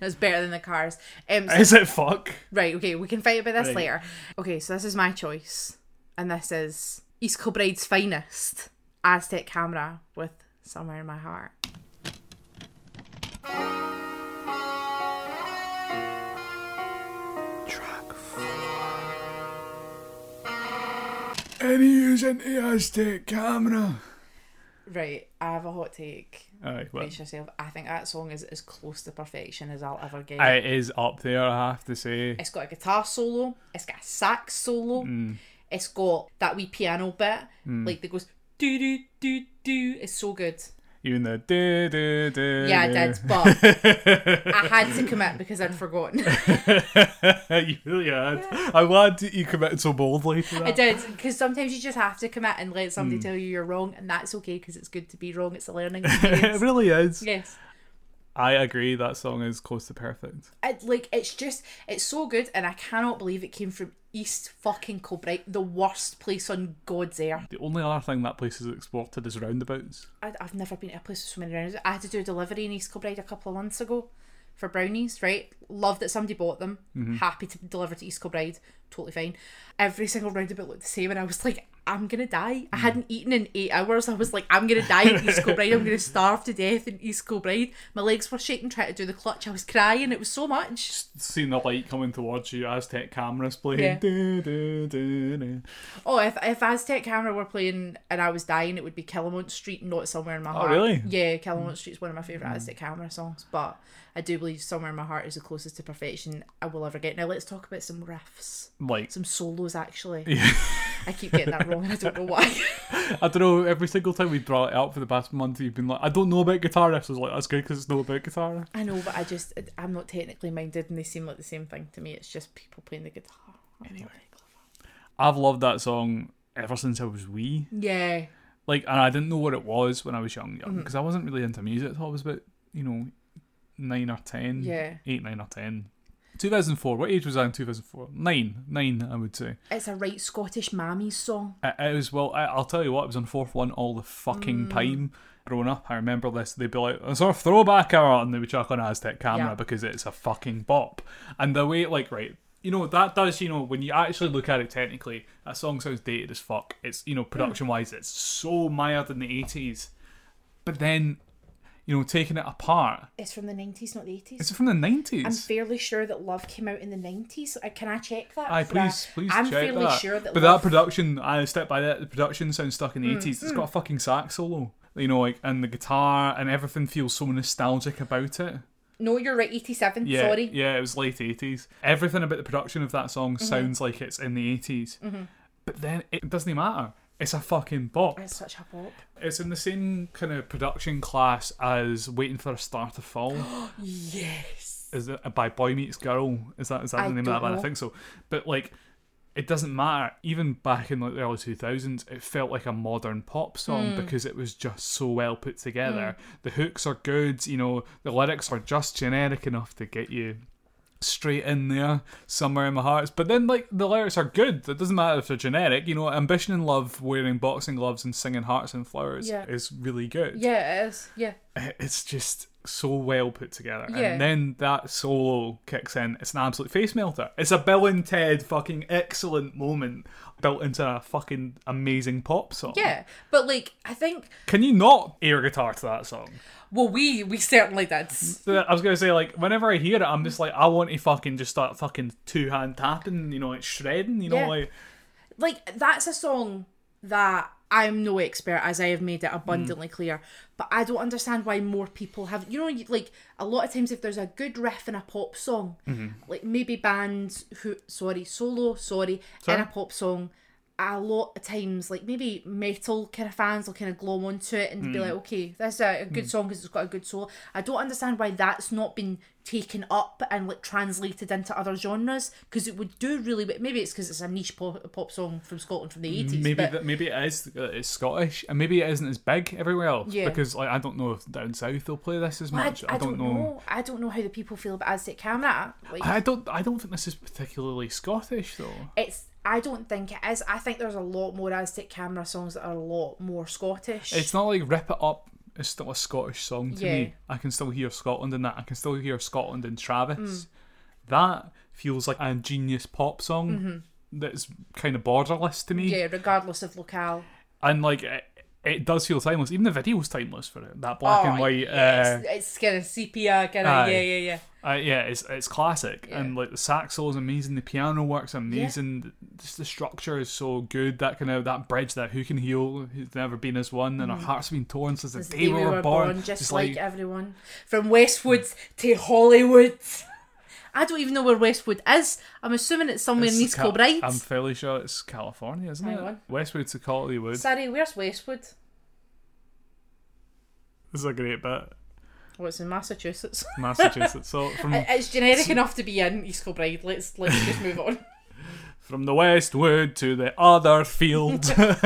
Speaker 2: it's better than the cars.
Speaker 1: <laughs>
Speaker 2: Um, so-
Speaker 1: Is it fuck?
Speaker 2: right. Okay, we can fight about this
Speaker 1: Right.
Speaker 2: later. Okay, so this is my choice, and this is East Kilbride's finest Aztec camera with somewhere in my heart.
Speaker 1: Any use anti-Aztec camera?
Speaker 2: Right, I have a hot take.
Speaker 1: Aye, well,
Speaker 2: Brace yourself. I think that song is as close to perfection as I'll ever get.
Speaker 1: it is up there. I have to say.
Speaker 2: It's got a guitar solo. It's got a sax solo. It's got that wee piano bit, like that goes do do do do. It's so good.
Speaker 1: Even the do do do.
Speaker 2: Yeah,
Speaker 1: <laughs>
Speaker 2: I did, but I had to commit because I'd
Speaker 1: <laughs>
Speaker 2: forgotten. <laughs>
Speaker 1: you really had. I'm glad that you committed so boldly to
Speaker 2: I
Speaker 1: that.
Speaker 2: did because sometimes you just have to commit and let somebody tell you you're wrong, and that's okay because it's good to be wrong. It's a learning
Speaker 1: <laughs> it
Speaker 2: experience.
Speaker 1: really is.
Speaker 2: yes.
Speaker 1: I agree. That song is close to perfect.
Speaker 2: I, like it's just it's so good, and I cannot believe it came from East fucking Kilbride, the worst place on God's earth.
Speaker 1: The only other thing that place is exported is roundabouts.
Speaker 2: I, I've never been to a place with so many rounds. I had to do a delivery in East Kilbride a couple of months ago for brownies, right? Loved that somebody bought them. Happy to deliver to East Kilbride. Totally fine. Every single roundabout looked the same, and I was like, I'm gonna die. I hadn't eaten in eight hours. I was like, I'm gonna die in East Kilbride. I'm gonna starve to death in East Kilbride. My legs were shaking trying to do the clutch. I was crying. It was so much.
Speaker 1: Seeing the light coming towards you, Aztec cameras playing.
Speaker 2: Yeah.
Speaker 1: Do, do, do, do.
Speaker 2: Oh, if, if Aztec Camera were playing and I was dying, it would be Killamont Street, not Somewhere in My Heart.
Speaker 1: really?
Speaker 2: Yeah, Killamont Street's one of my favourite Aztec Camera songs, but I do believe Somewhere in My Heart is the closest to perfection I will ever get. Now, let's talk about some riffs,
Speaker 1: Like,
Speaker 2: some solos, actually. <laughs> Yeah. I keep getting that wrong and I don't know why. <laughs>
Speaker 1: I don't know, every single time we brought it up for the past month, you've been like, I don't know about guitar riffs. I was like, that's good because it's not about guitar riffs.
Speaker 2: I know, but I just, I'm not technically minded and they seem like the same thing to me. It's just people playing the guitar. Anyway.
Speaker 1: I've loved that song ever since I was wee.
Speaker 2: Yeah.
Speaker 1: Like, and I didn't know what it was when I was young, young, because I wasn't really into music. I was about, you know, nine or ten.
Speaker 2: Yeah.
Speaker 1: Eight, nine, or ten. 2004. What age was I in 2004? Nine. Nine, I would say.
Speaker 2: It's a right Scottish mammy song.
Speaker 1: It, it was, well, I, I'll tell you what, it was on Fourth One all the fucking time. Growing up, I remember this. They'd be like, "It's our throwback hour," and they would chuck on Aztec Camera
Speaker 2: Yeah.
Speaker 1: because it's a fucking bop. And the way, like, right, you know, that does, you know, when you actually look at it technically, that song sounds dated as fuck. It's, you know, production wise, it's so mired in the eighties. But then, you know, taking it apart,
Speaker 2: It's from the 90s, not the 80s.
Speaker 1: it's from the
Speaker 2: I'm
Speaker 1: nineties.
Speaker 2: fairly sure that Love came out in the 90s. Uh, Can I check that?
Speaker 1: Aye,
Speaker 2: For a-
Speaker 1: please, please
Speaker 2: I'm
Speaker 1: check
Speaker 2: fairly
Speaker 1: that.
Speaker 2: sure that Mm,
Speaker 1: but
Speaker 2: Love...
Speaker 1: that production, I step by that. The production sounds stuck in the eighties. It's got a fucking sax solo, you know, like and the guitar and everything feels so nostalgic about it.
Speaker 2: No, you're right, 87.
Speaker 1: Yeah,
Speaker 2: Sorry. Mm-hmm.
Speaker 1: yeah, it was late eighties. Everything about the production of that song sounds like it's in the 80s But then it doesn't even matter. It's a fucking bop.
Speaker 2: It's such a pop.
Speaker 1: It's in the same kind of production class as "Waiting for a Star to Fall."
Speaker 2: Yes.
Speaker 1: is it by Boy Meets Girl? Is that is that
Speaker 2: I
Speaker 1: the name
Speaker 2: don't
Speaker 1: of that band?
Speaker 2: know.
Speaker 1: I think so. But like, it doesn't matter. Even back in like the early two thousands, it felt like a modern pop song
Speaker 2: Hmm.
Speaker 1: because it was just so well put together. The hooks are good. You know, the lyrics are just generic enough to get you straight in there somewhere in my heart but then like the lyrics are good it doesn't matter if they're generic you know ambition and love wearing boxing gloves and singing hearts and flowers
Speaker 2: Yeah.
Speaker 1: is really good
Speaker 2: Yeah, it is. Yeah.
Speaker 1: it's just so well put together.
Speaker 2: Yeah.
Speaker 1: And then that solo kicks in. It's an absolute face melter. It's a Bill and Ted fucking excellent moment built into a fucking amazing pop song.
Speaker 2: Yeah. But, like, I think...
Speaker 1: Can you not air guitar to that song?
Speaker 2: Well, we we certainly did.
Speaker 1: So I was gonna say like whenever I hear it, I'm just like I want to fucking just start fucking two hand tapping, you know, like shredding, you know,
Speaker 2: Yeah.
Speaker 1: like
Speaker 2: Like, that's a song that... I'm no expert, as I have made it
Speaker 1: Mm.
Speaker 2: abundantly clear, but I don't understand why more people have. You know, you- like a lot of times, if there's a good riff in a pop song,
Speaker 1: Mm-hmm.
Speaker 2: like maybe bands who, sorry, solo, sorry, in a pop song, a lot of times, like maybe metal kind of fans will kind of glom onto it and be
Speaker 1: Hmm.
Speaker 2: like, okay, that's a, a good song because it's got a good soul. I don't understand why that's not been taken up and like translated into other genres because it would do really. But maybe it's because it's a niche pop, pop song from Scotland from the eighties.
Speaker 1: maybe
Speaker 2: but,
Speaker 1: that maybe it is uh, it's Scottish and maybe it isn't as big everywhere else.
Speaker 2: Yeah.
Speaker 1: Because like I don't know if down south they'll play this as
Speaker 2: I,
Speaker 1: much.
Speaker 2: I, don't know. I don't know how the people feel about Aztec Camera. Like,
Speaker 1: I don't. I don't think this is particularly Scottish, though.
Speaker 2: it's. I don't think it is. I think there's a lot more Aztec Camera songs that are a lot more Scottish.
Speaker 1: It's not like "Rip It Up" is still a Scottish song to
Speaker 2: Yeah.
Speaker 1: me. I can still hear Scotland in that. I can still hear Scotland in
Speaker 2: Mm.
Speaker 1: Travis. That feels like a genius pop song
Speaker 2: Mm-hmm.
Speaker 1: that's kind of borderless to me.
Speaker 2: yeah, regardless of locale.
Speaker 1: And like, it, it does feel timeless. Even the video's timeless for it. That black and
Speaker 2: Oh,
Speaker 1: white.
Speaker 2: yeah,
Speaker 1: uh,
Speaker 2: it's, it's kind of sepia, kind
Speaker 1: aye.
Speaker 2: of yeah, yeah, yeah.
Speaker 1: Uh, yeah, it's it's classic,
Speaker 2: Yeah.
Speaker 1: and like the sax solo's amazing, the piano works amazing, th- just the structure is so good. That kind of that bridge that who can heal, who's never been as one, and our hearts have been torn since the
Speaker 2: Mm. Since
Speaker 1: day we were born.
Speaker 2: just, like, uh, everyone from Westwood to Hollywood. <laughs> I don't even know where Westwood is. I'm assuming it's somewhere in
Speaker 1: it's
Speaker 2: East
Speaker 1: Ca-
Speaker 2: Kilbride.
Speaker 1: I'm fairly sure it's California, isn't
Speaker 2: Hang
Speaker 1: it?
Speaker 2: on.
Speaker 1: Westwood to Hollywood.
Speaker 2: Sorry, where's Westwood?
Speaker 1: This is a great bit.
Speaker 2: Oh, it's
Speaker 1: <laughs>
Speaker 2: in Massachusetts.
Speaker 1: Massachusetts. so
Speaker 2: <laughs>
Speaker 1: from
Speaker 2: It- it's generic enough to be in East Kilbride. Let's let's just move on.
Speaker 1: from the Westwood to the other
Speaker 2: <laughs>
Speaker 1: field. <laughs> you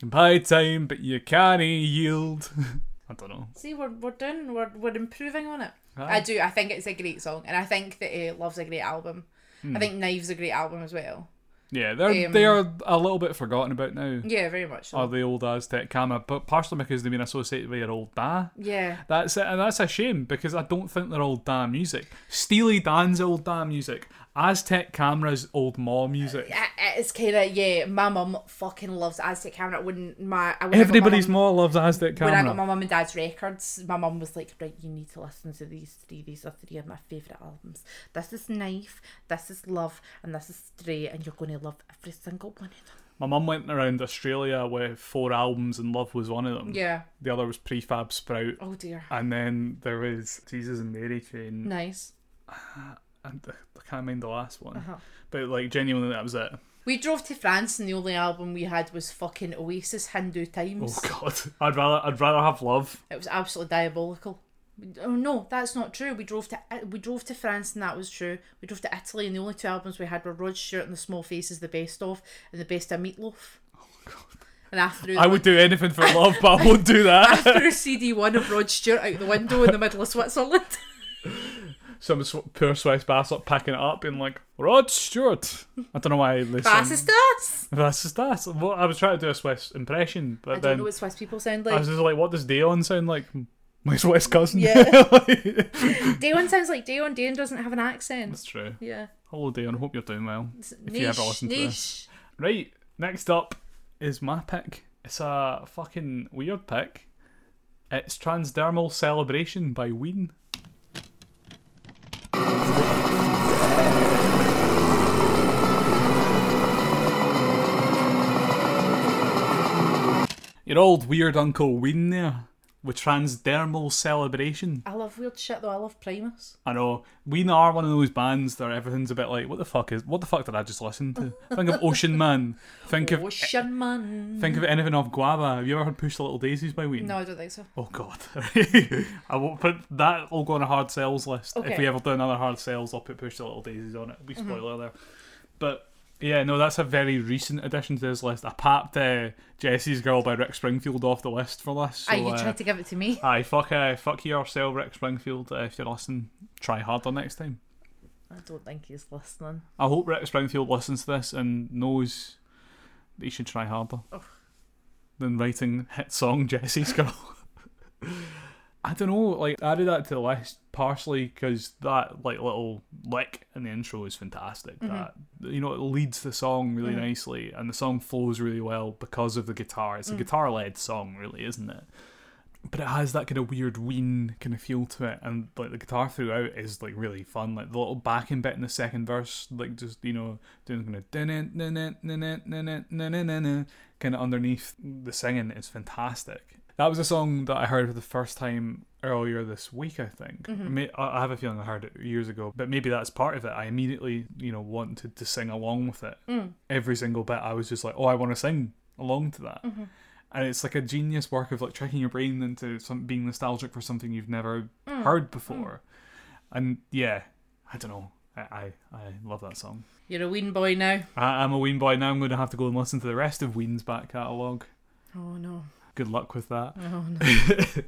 Speaker 1: can buy time, but you can't yield. <laughs> I don't know.
Speaker 2: <laughs> See, we're we're doing we're we're improving on it. I do. I think it's a great song, and I think that uh, Love's a great album.
Speaker 1: Hmm.
Speaker 2: I think Knives a great album as well.
Speaker 1: Yeah, they're
Speaker 2: Um,
Speaker 1: they are a little bit forgotten about now.
Speaker 2: Yeah, very much. So.
Speaker 1: Are the old Aztec camera, but partially because they've been associated with their old da.
Speaker 2: yeah.
Speaker 1: That's it, and that's a shame because I don't think they're old da music. Steely Dan's old da music. Aztec Camera's old ma music.
Speaker 2: I- It's kind of yeah. My mum fucking loves Aztec Camera. When my I- when I got my
Speaker 1: Everybody's
Speaker 2: mum-
Speaker 1: ma loves Aztec
Speaker 2: when I got my
Speaker 1: Camera.
Speaker 2: mum and dad's records, my mum was like, "Right, you need to listen to these three. These are three of my favourite albums. This is Knife, this is Love, and this is Stray, and you're going to love every single one of them."
Speaker 1: My mum went around Australia with four albums, and Love was one of them.
Speaker 2: Yeah.
Speaker 1: The other was Prefab Sprout,
Speaker 2: Oh dear.
Speaker 1: and then there was Jesus and Mary Chain,
Speaker 2: Nice.
Speaker 1: and I can't mind the last one.
Speaker 2: Uh-huh.
Speaker 1: But like genuinely, that was it.
Speaker 2: We drove to France, and the only album we had was fucking Oasis Hindu Times.
Speaker 1: Oh God, <laughs> I'd rather I'd rather have love.
Speaker 2: It was absolutely diabolical. Oh no, that's not true. We drove to uh, we drove to France and that was true. We drove to Italy and the only two albums we had were Rod Stewart and The Small Faces, the best of, and the best of Meatloaf. Oh god! And I threw <laughs>
Speaker 1: I would do anything for love, but I won't do that.
Speaker 2: threw CD one of Rod Stewart out the window in the middle
Speaker 1: <laughs>
Speaker 2: of Switzerland.
Speaker 1: Some sw- poor Swiss bastard packing it up and like Rod Stewart. I don't know why they
Speaker 2: That's
Speaker 1: sing-
Speaker 2: his us.
Speaker 1: That's just that. Well, I was trying to do a Swiss impression, but
Speaker 2: I don't
Speaker 1: then
Speaker 2: know what Swiss people sound
Speaker 1: I
Speaker 2: like.
Speaker 1: was just like, what does Dion sound like? My Swiss cousin. <laughs>
Speaker 2: Yeah.
Speaker 1: Like-
Speaker 2: Dayon sounds like Dayon. Dayon doesn't have an accent.
Speaker 1: That's true.
Speaker 2: Yeah.
Speaker 1: Hello, Dion. Hope you're doing well. If
Speaker 2: niche,
Speaker 1: you ever listen to this.
Speaker 2: niche.
Speaker 1: Right, next up is my pick. It's a fucking weird pick. It's Transdermal Celebration by Ween. Your old weird uncle Ween there with Transdermal Celebration.
Speaker 2: I love weird shit though. I love Primus.
Speaker 1: I know Ween are one of those bands that everything's a bit like what the fuck is what the fuck did I just listen to? Think of Ocean Man. Think of
Speaker 2: Ocean Man.
Speaker 1: Think of anything off Guava. Have you ever heard Push the Little Daisies by Ween?
Speaker 2: No, I don't think so.
Speaker 1: Oh god. <laughs> I won't put that will go on a hard sales list. If
Speaker 2: Okay. Mm-hmm.
Speaker 1: we ever do another hard sales, I'll put Push the Little Daisies on it. We spoiler there. But yeah, no, that's a very recent addition to this list. I papped uh, Jesse's Girl by Rick Springfield off the list for this. So,
Speaker 2: Aye, you
Speaker 1: uh,
Speaker 2: tried to give it to me.
Speaker 1: Aye, fuck, uh, fuck yourself, Rick Springfield. Uh, if you're listening, try harder next time.
Speaker 2: I don't think he's listening.
Speaker 1: I hope Rick Springfield listens to this and knows that he should try harder than writing hit song <laughs> Jesse's Girl. I don't know, like, I added that to the list partially because that, like, little lick in the intro is fantastic. That, you know, it leads the song really nicely and the song flows really well because of the guitar. It's a guitar led song, really, isn't it? but it has that kind of weird ween kind of feel to it and like the guitar throughout is like really fun like the little backing bit in the second verse like just you know doing kind of dun- dun- dun- dun- dun- dun- dun- dun- dun- dun- dun, kind of underneath the singing is fantastic that was a song that i heard for the first time earlier this week i think May- i I have a feeling i heard it years ago but maybe that's part of it i immediately you know wanted to sing along with it
Speaker 2: Mm.
Speaker 1: every single bit i was just like oh i want to sing along to that and it's like a genius work of like tricking your brain into some being nostalgic for something you've never heard before and yeah i don't know I, I i love that song
Speaker 2: You're a ween boy now.
Speaker 1: I, i'm a ween boy now i'm going to have to go and listen to the rest of ween's back catalogue
Speaker 2: Oh no.
Speaker 1: good luck with that <laughs>
Speaker 2: Oh no.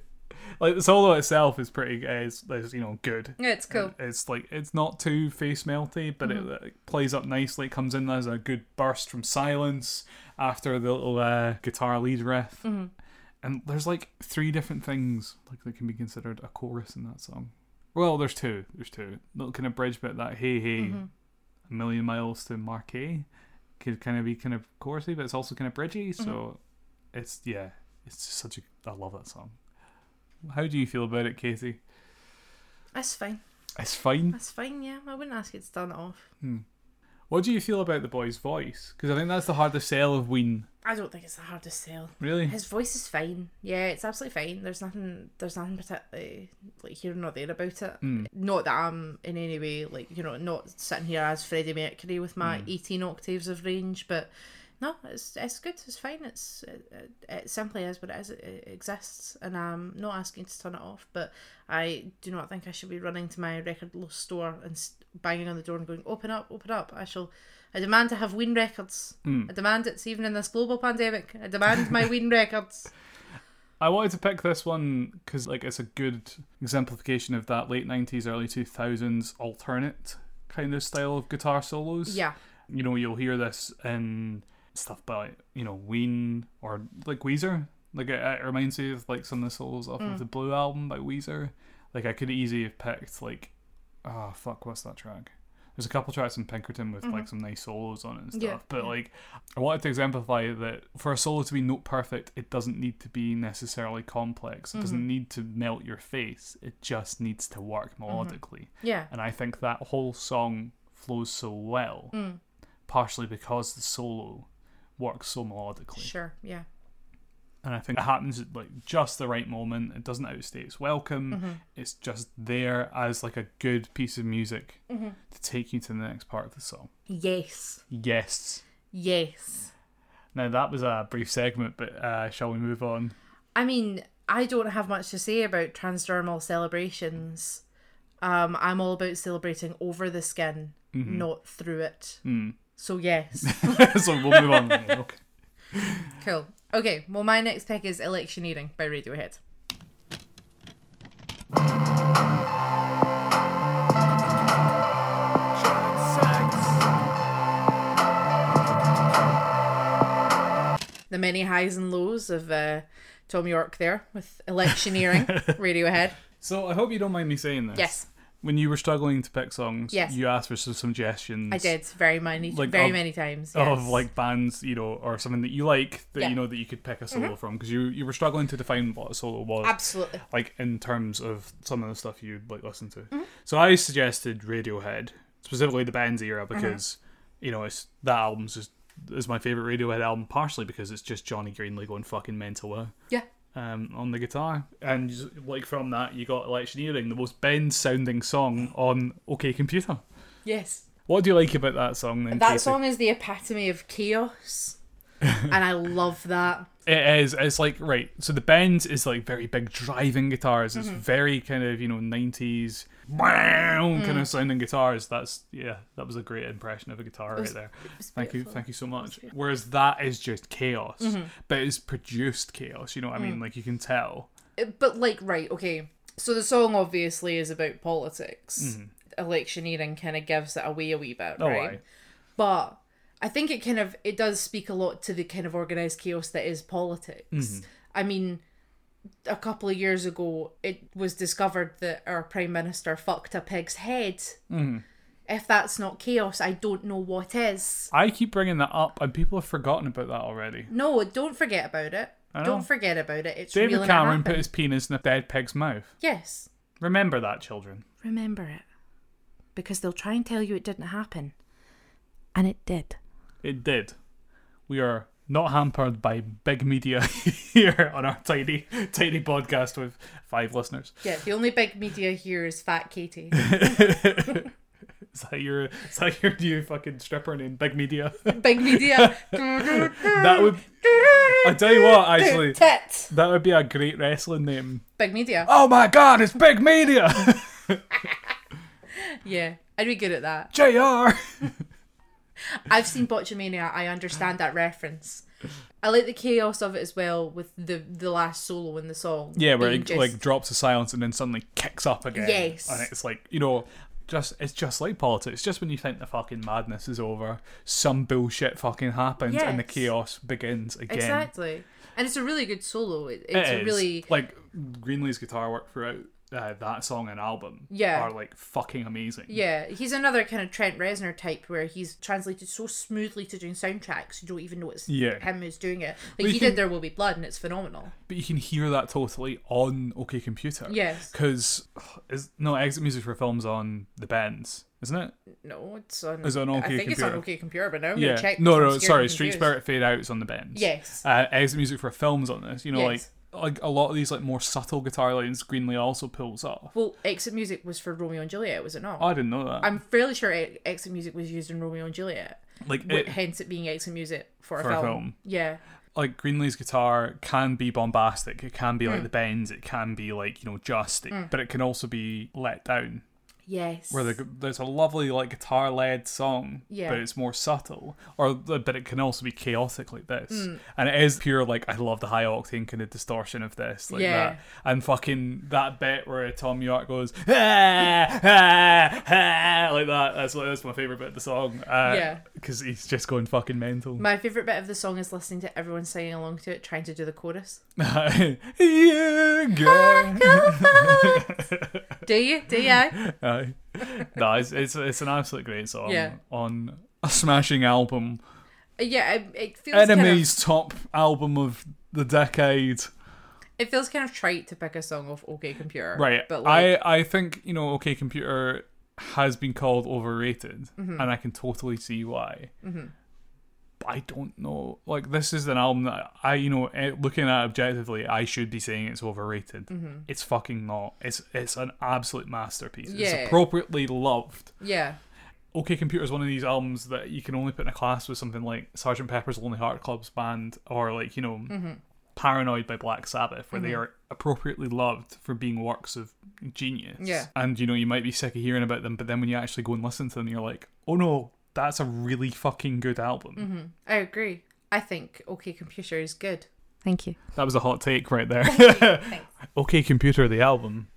Speaker 1: like the solo itself is pretty uh, is, is you know good
Speaker 2: Yeah, it's cool.
Speaker 1: it's like it's not too face melty, but it, uh plays up nicely. It comes in as a good burst from silence after the little uh, guitar lead riff,
Speaker 2: Mm-hmm.
Speaker 1: and there's like three different things like that can be considered a chorus in that song. Well, there's two. There's two. Little kind of bridge bit that hey hey,
Speaker 2: Mm-hmm.
Speaker 1: a million miles to Marquee could kind of be kind of chorusy, but it's also kind of bridgy. So it's yeah, it's just such a. I love that song. How do you feel about it, Katie?
Speaker 2: That's fine.
Speaker 1: It's fine.
Speaker 2: That's fine. Yeah, I wouldn't ask you to turn it off.
Speaker 1: What do you feel about the boy's voice? Because I think that's the hardest sell of Ween.
Speaker 2: I don't think it's the hardest sell.
Speaker 1: Really?
Speaker 2: His voice is fine. Yeah, it's absolutely fine. There's nothing. There's nothing particularly like here nor there about it. Not that I'm in any way like you know not sitting here as Freddie Mercury with my 18 octaves of range, but no, it's it's good. It's fine. It's it, it, it simply is what it is. It, it exists, and I'm not asking you to turn it off. But I do not think I should be running to my record l- store and s- banging on the door and going, "Open up, open up!" I shall. I demand to have Ween records. I demand it's even in this global pandemic. I demand my Ween <laughs> records.
Speaker 1: I wanted to pick this one because like it's a good exemplification of that late '90s, early 2000s alternate kind of style of guitar solos.
Speaker 2: Yeah,
Speaker 1: you know you'll hear this in stuff by you know Ween or like Weezer. Like it, it reminds me of like some of the solos off
Speaker 2: Mm.
Speaker 1: of the Blue album by Weezer. Like I could easily have picked like, ah fuck, what's that track? There's a couple tracks in Pinkerton with like some nice solos on it and stuff.
Speaker 2: Mm-hmm. Yeah,
Speaker 1: but like I wanted to exemplify that for a solo to be note perfect, it doesn't need to be necessarily complex. It
Speaker 2: Mm-hmm.
Speaker 1: doesn't need to melt your face. It just needs to work
Speaker 2: Mm-hmm.
Speaker 1: melodically.
Speaker 2: yeah,
Speaker 1: And I think that whole song flows so well,
Speaker 2: Hmm.
Speaker 1: partially because the solo works so melodically.
Speaker 2: sure, yeah.
Speaker 1: And I think it happens at like just the right moment. It doesn't outstay its welcome.
Speaker 2: Mm-hmm.
Speaker 1: It's just there as like a good piece of music
Speaker 2: Mm-hmm.
Speaker 1: to take you to the next part of the song.
Speaker 2: Yes,
Speaker 1: Yes.
Speaker 2: yes.
Speaker 1: Now that was a brief segment, but uh, shall we move on? <laughs>
Speaker 2: I mean, I don't have much to say about transdermal celebrations. Um, I'm all about celebrating over the skin, not through it. So yes,
Speaker 1: so we'll move
Speaker 2: <laughs>
Speaker 1: on. Okay.
Speaker 2: cool. Okay, well, my next pick is "Electioneering" by Radiohead. the many highs and lows of uh, Tom York there with
Speaker 1: <laughs>
Speaker 2: electioneering Radiohead.
Speaker 1: So I hope you don't mind me saying this.
Speaker 2: Yes,
Speaker 1: When you were struggling to pick songs,
Speaker 2: Yes.
Speaker 1: you asked for some suggestions.
Speaker 2: I did very many,
Speaker 1: Like,
Speaker 2: very
Speaker 1: of-
Speaker 2: many times.
Speaker 1: of
Speaker 2: yes.
Speaker 1: like bands, you know, or something that you like that
Speaker 2: Yeah. Mm-hmm.
Speaker 1: you know that you could pick a solo from because you you were struggling to define what a solo was,
Speaker 2: absolutely.
Speaker 1: like in terms of some of the stuff you would like listen to.
Speaker 2: Mm-hmm.
Speaker 1: So I suggested Radiohead, specifically the band's
Speaker 2: Mm-hmm.
Speaker 1: era, because you know it's that album's just is my favorite Radiohead album, partially because it's just Johnny Greenlee going fucking mental. eh?
Speaker 2: Yeah,
Speaker 1: um, on the guitar, and like from that, you got electioneering, the most Ben sounding song on OK Computer.
Speaker 2: yes.
Speaker 1: What do you like about that song? Then
Speaker 2: That
Speaker 1: Casey?
Speaker 2: song is the epitome of
Speaker 1: <laughs>
Speaker 2: chaos, and I love that.
Speaker 1: It is. It's like right. So the bend is like very big driving guitars. It's very kind of you know nineties kind of sounding guitars. That's yeah. That was a great impression of a guitar right there. Thank you, thank you so much. Whereas that is just chaos, but it's produced chaos. You know what I mean? Like you can tell.
Speaker 2: Uh, But like, right, okay. So the song obviously is about politics. Electioneering kind of gives it away a wee bit,
Speaker 1: Mm-hmm. Oh,
Speaker 2: right? But I think it kind of it does speak a lot to the kind of organized chaos that is politics.
Speaker 1: Mm-hmm.
Speaker 2: I mean, a couple of years ago, it was discovered that our prime minister fucked a pig's head.
Speaker 1: Mm-hmm.
Speaker 2: If that's not chaos, I don't know what is.
Speaker 1: I keep bringing that up, and people have forgotten about that already.
Speaker 2: No, don't forget about it.
Speaker 1: know.
Speaker 2: Don't forget about it. It's real
Speaker 1: David
Speaker 2: and it
Speaker 1: Cameron put
Speaker 2: happened.
Speaker 1: his penis in a dead pig's mouth.
Speaker 2: Yes,
Speaker 1: Remember that, children.
Speaker 2: remember it, because they'll try and tell you it didn't happen, and it did.
Speaker 1: It did. We are not hampered by big media <laughs> here on our tiny, tiny podcast with five listeners. <laughs>
Speaker 2: Yeah, the only big media here is Fat Katie. <laughs>
Speaker 1: Is that your, is that your new fucking stripper name, Big Media? <laughs>
Speaker 2: big media.
Speaker 1: that would. I tell you what,
Speaker 2: <laughs>
Speaker 1: actually,
Speaker 2: Tit.
Speaker 1: that would be a great wrestling name.
Speaker 2: Big media.
Speaker 1: Oh my god, it's Big Media, <laughs>
Speaker 2: Yeah, I'd be good at that.
Speaker 1: Jr.
Speaker 2: I've seen Botchamania. I understand that reference. I like the chaos of it as well with the the last solo in the song.
Speaker 1: Yeah, where
Speaker 2: being
Speaker 1: it
Speaker 2: just-
Speaker 1: like drops to silence and then suddenly kicks up again.
Speaker 2: Yes.
Speaker 1: and it's like you know, just it's just like politics. Just when you think the fucking madness is over, some bullshit fucking happens and the
Speaker 2: Yes.
Speaker 1: chaos begins again.
Speaker 2: exactly, and it's a really good solo. It,
Speaker 1: It
Speaker 2: it's a
Speaker 1: is.
Speaker 2: really
Speaker 1: like Greenlee's guitar work throughout uh, that song and album
Speaker 2: Yeah.
Speaker 1: are like fucking amazing.
Speaker 2: Yeah, he's another kind of Trent Reznor type where he's translated so smoothly to doing soundtracks, you don't even know it's
Speaker 1: Yeah.
Speaker 2: him who's doing it. Like
Speaker 1: you
Speaker 2: he
Speaker 1: can-
Speaker 2: did There Will Be Blood, and it's phenomenal.
Speaker 1: But you can hear that totally on OK Computer.
Speaker 2: Yes.
Speaker 1: Because is no exit music for films on the bends, isn't it?
Speaker 2: No, it's on.
Speaker 1: It's on
Speaker 2: I
Speaker 1: OK
Speaker 2: think it's on
Speaker 1: Computer.
Speaker 2: OK Computer, but now I'm
Speaker 1: Yeah.
Speaker 2: gonna check.
Speaker 1: no,
Speaker 2: because I'm
Speaker 1: no,
Speaker 2: scared
Speaker 1: sorry.
Speaker 2: and
Speaker 1: Street
Speaker 2: confused.
Speaker 1: Spirit Fade Out's on the bends.
Speaker 2: Yes.
Speaker 1: Uh, exit music for films on this. You know,
Speaker 2: Yes.
Speaker 1: like like a lot of these like more subtle guitar lines, Greenlee also pulls off.
Speaker 2: Well, exit music was for Romeo and Juliet, was it not?
Speaker 1: I didn't know that.
Speaker 2: I'm fairly sure e- exit music was used in Romeo and Juliet,
Speaker 1: like
Speaker 2: wi-
Speaker 1: it,
Speaker 2: hence it being exit music for,
Speaker 1: For a
Speaker 2: a film.
Speaker 1: film.
Speaker 2: Yeah,
Speaker 1: like Greenlee's guitar can be bombastic. It can
Speaker 2: Hmm.
Speaker 1: be like the bends. It can be like you know just, but it can also be let down.
Speaker 2: yes.
Speaker 1: Where the, there's a lovely like guitar led song,
Speaker 2: Yeah.
Speaker 1: but it's more subtle, or but it can also be chaotic like this,
Speaker 2: Hmm.
Speaker 1: and it is pure like I love the high octane kind of distortion of this, like
Speaker 2: Yeah.
Speaker 1: that, and fucking that bit where Tom York goes ah, ah, ah, like that. That's what that's my favorite bit of the song, uh,
Speaker 2: Yeah.
Speaker 1: because he's just going fucking mental.
Speaker 2: My favorite bit of the song is listening to everyone singing along to it, trying to do the chorus.
Speaker 1: yeah, <laughs> girl.
Speaker 2: do you? Do you?
Speaker 1: Aye. no, it's, it's it's an absolute great song
Speaker 2: Yeah.
Speaker 1: on a smashing album.
Speaker 2: yeah, it, it feels Kind of,
Speaker 1: Enemy's top album of the decade.
Speaker 2: it feels kind of trite to pick a song off OK Computer,
Speaker 1: Right.
Speaker 2: But like,
Speaker 1: I I think, you know, OK Computer has been called overrated
Speaker 2: Mm-hmm.
Speaker 1: and I can totally see why. But I don't know. Like this is an album that I, you know, eh, looking at it objectively, I should be saying it's overrated.
Speaker 2: Mm-hmm.
Speaker 1: It's fucking not. It's it's an absolute masterpiece.
Speaker 2: Yeah.
Speaker 1: It's appropriately loved.
Speaker 2: yeah,
Speaker 1: OK Computer is one of these albums that you can only put in a class with something like Sgt. Pepper's Lonely Heart Club's Band or like, you know, Paranoid by Black Sabbath, where they are appropriately loved for being works of genius.
Speaker 2: Yeah.
Speaker 1: And, you know, you might be sick of hearing about them, but then when you actually go and listen to them, you're like, oh no, that's a really fucking good album.
Speaker 2: I agree. I think OK Computer is good.
Speaker 4: Thank you.
Speaker 1: That was a hot take right there. <laughs> OK Computer, the album,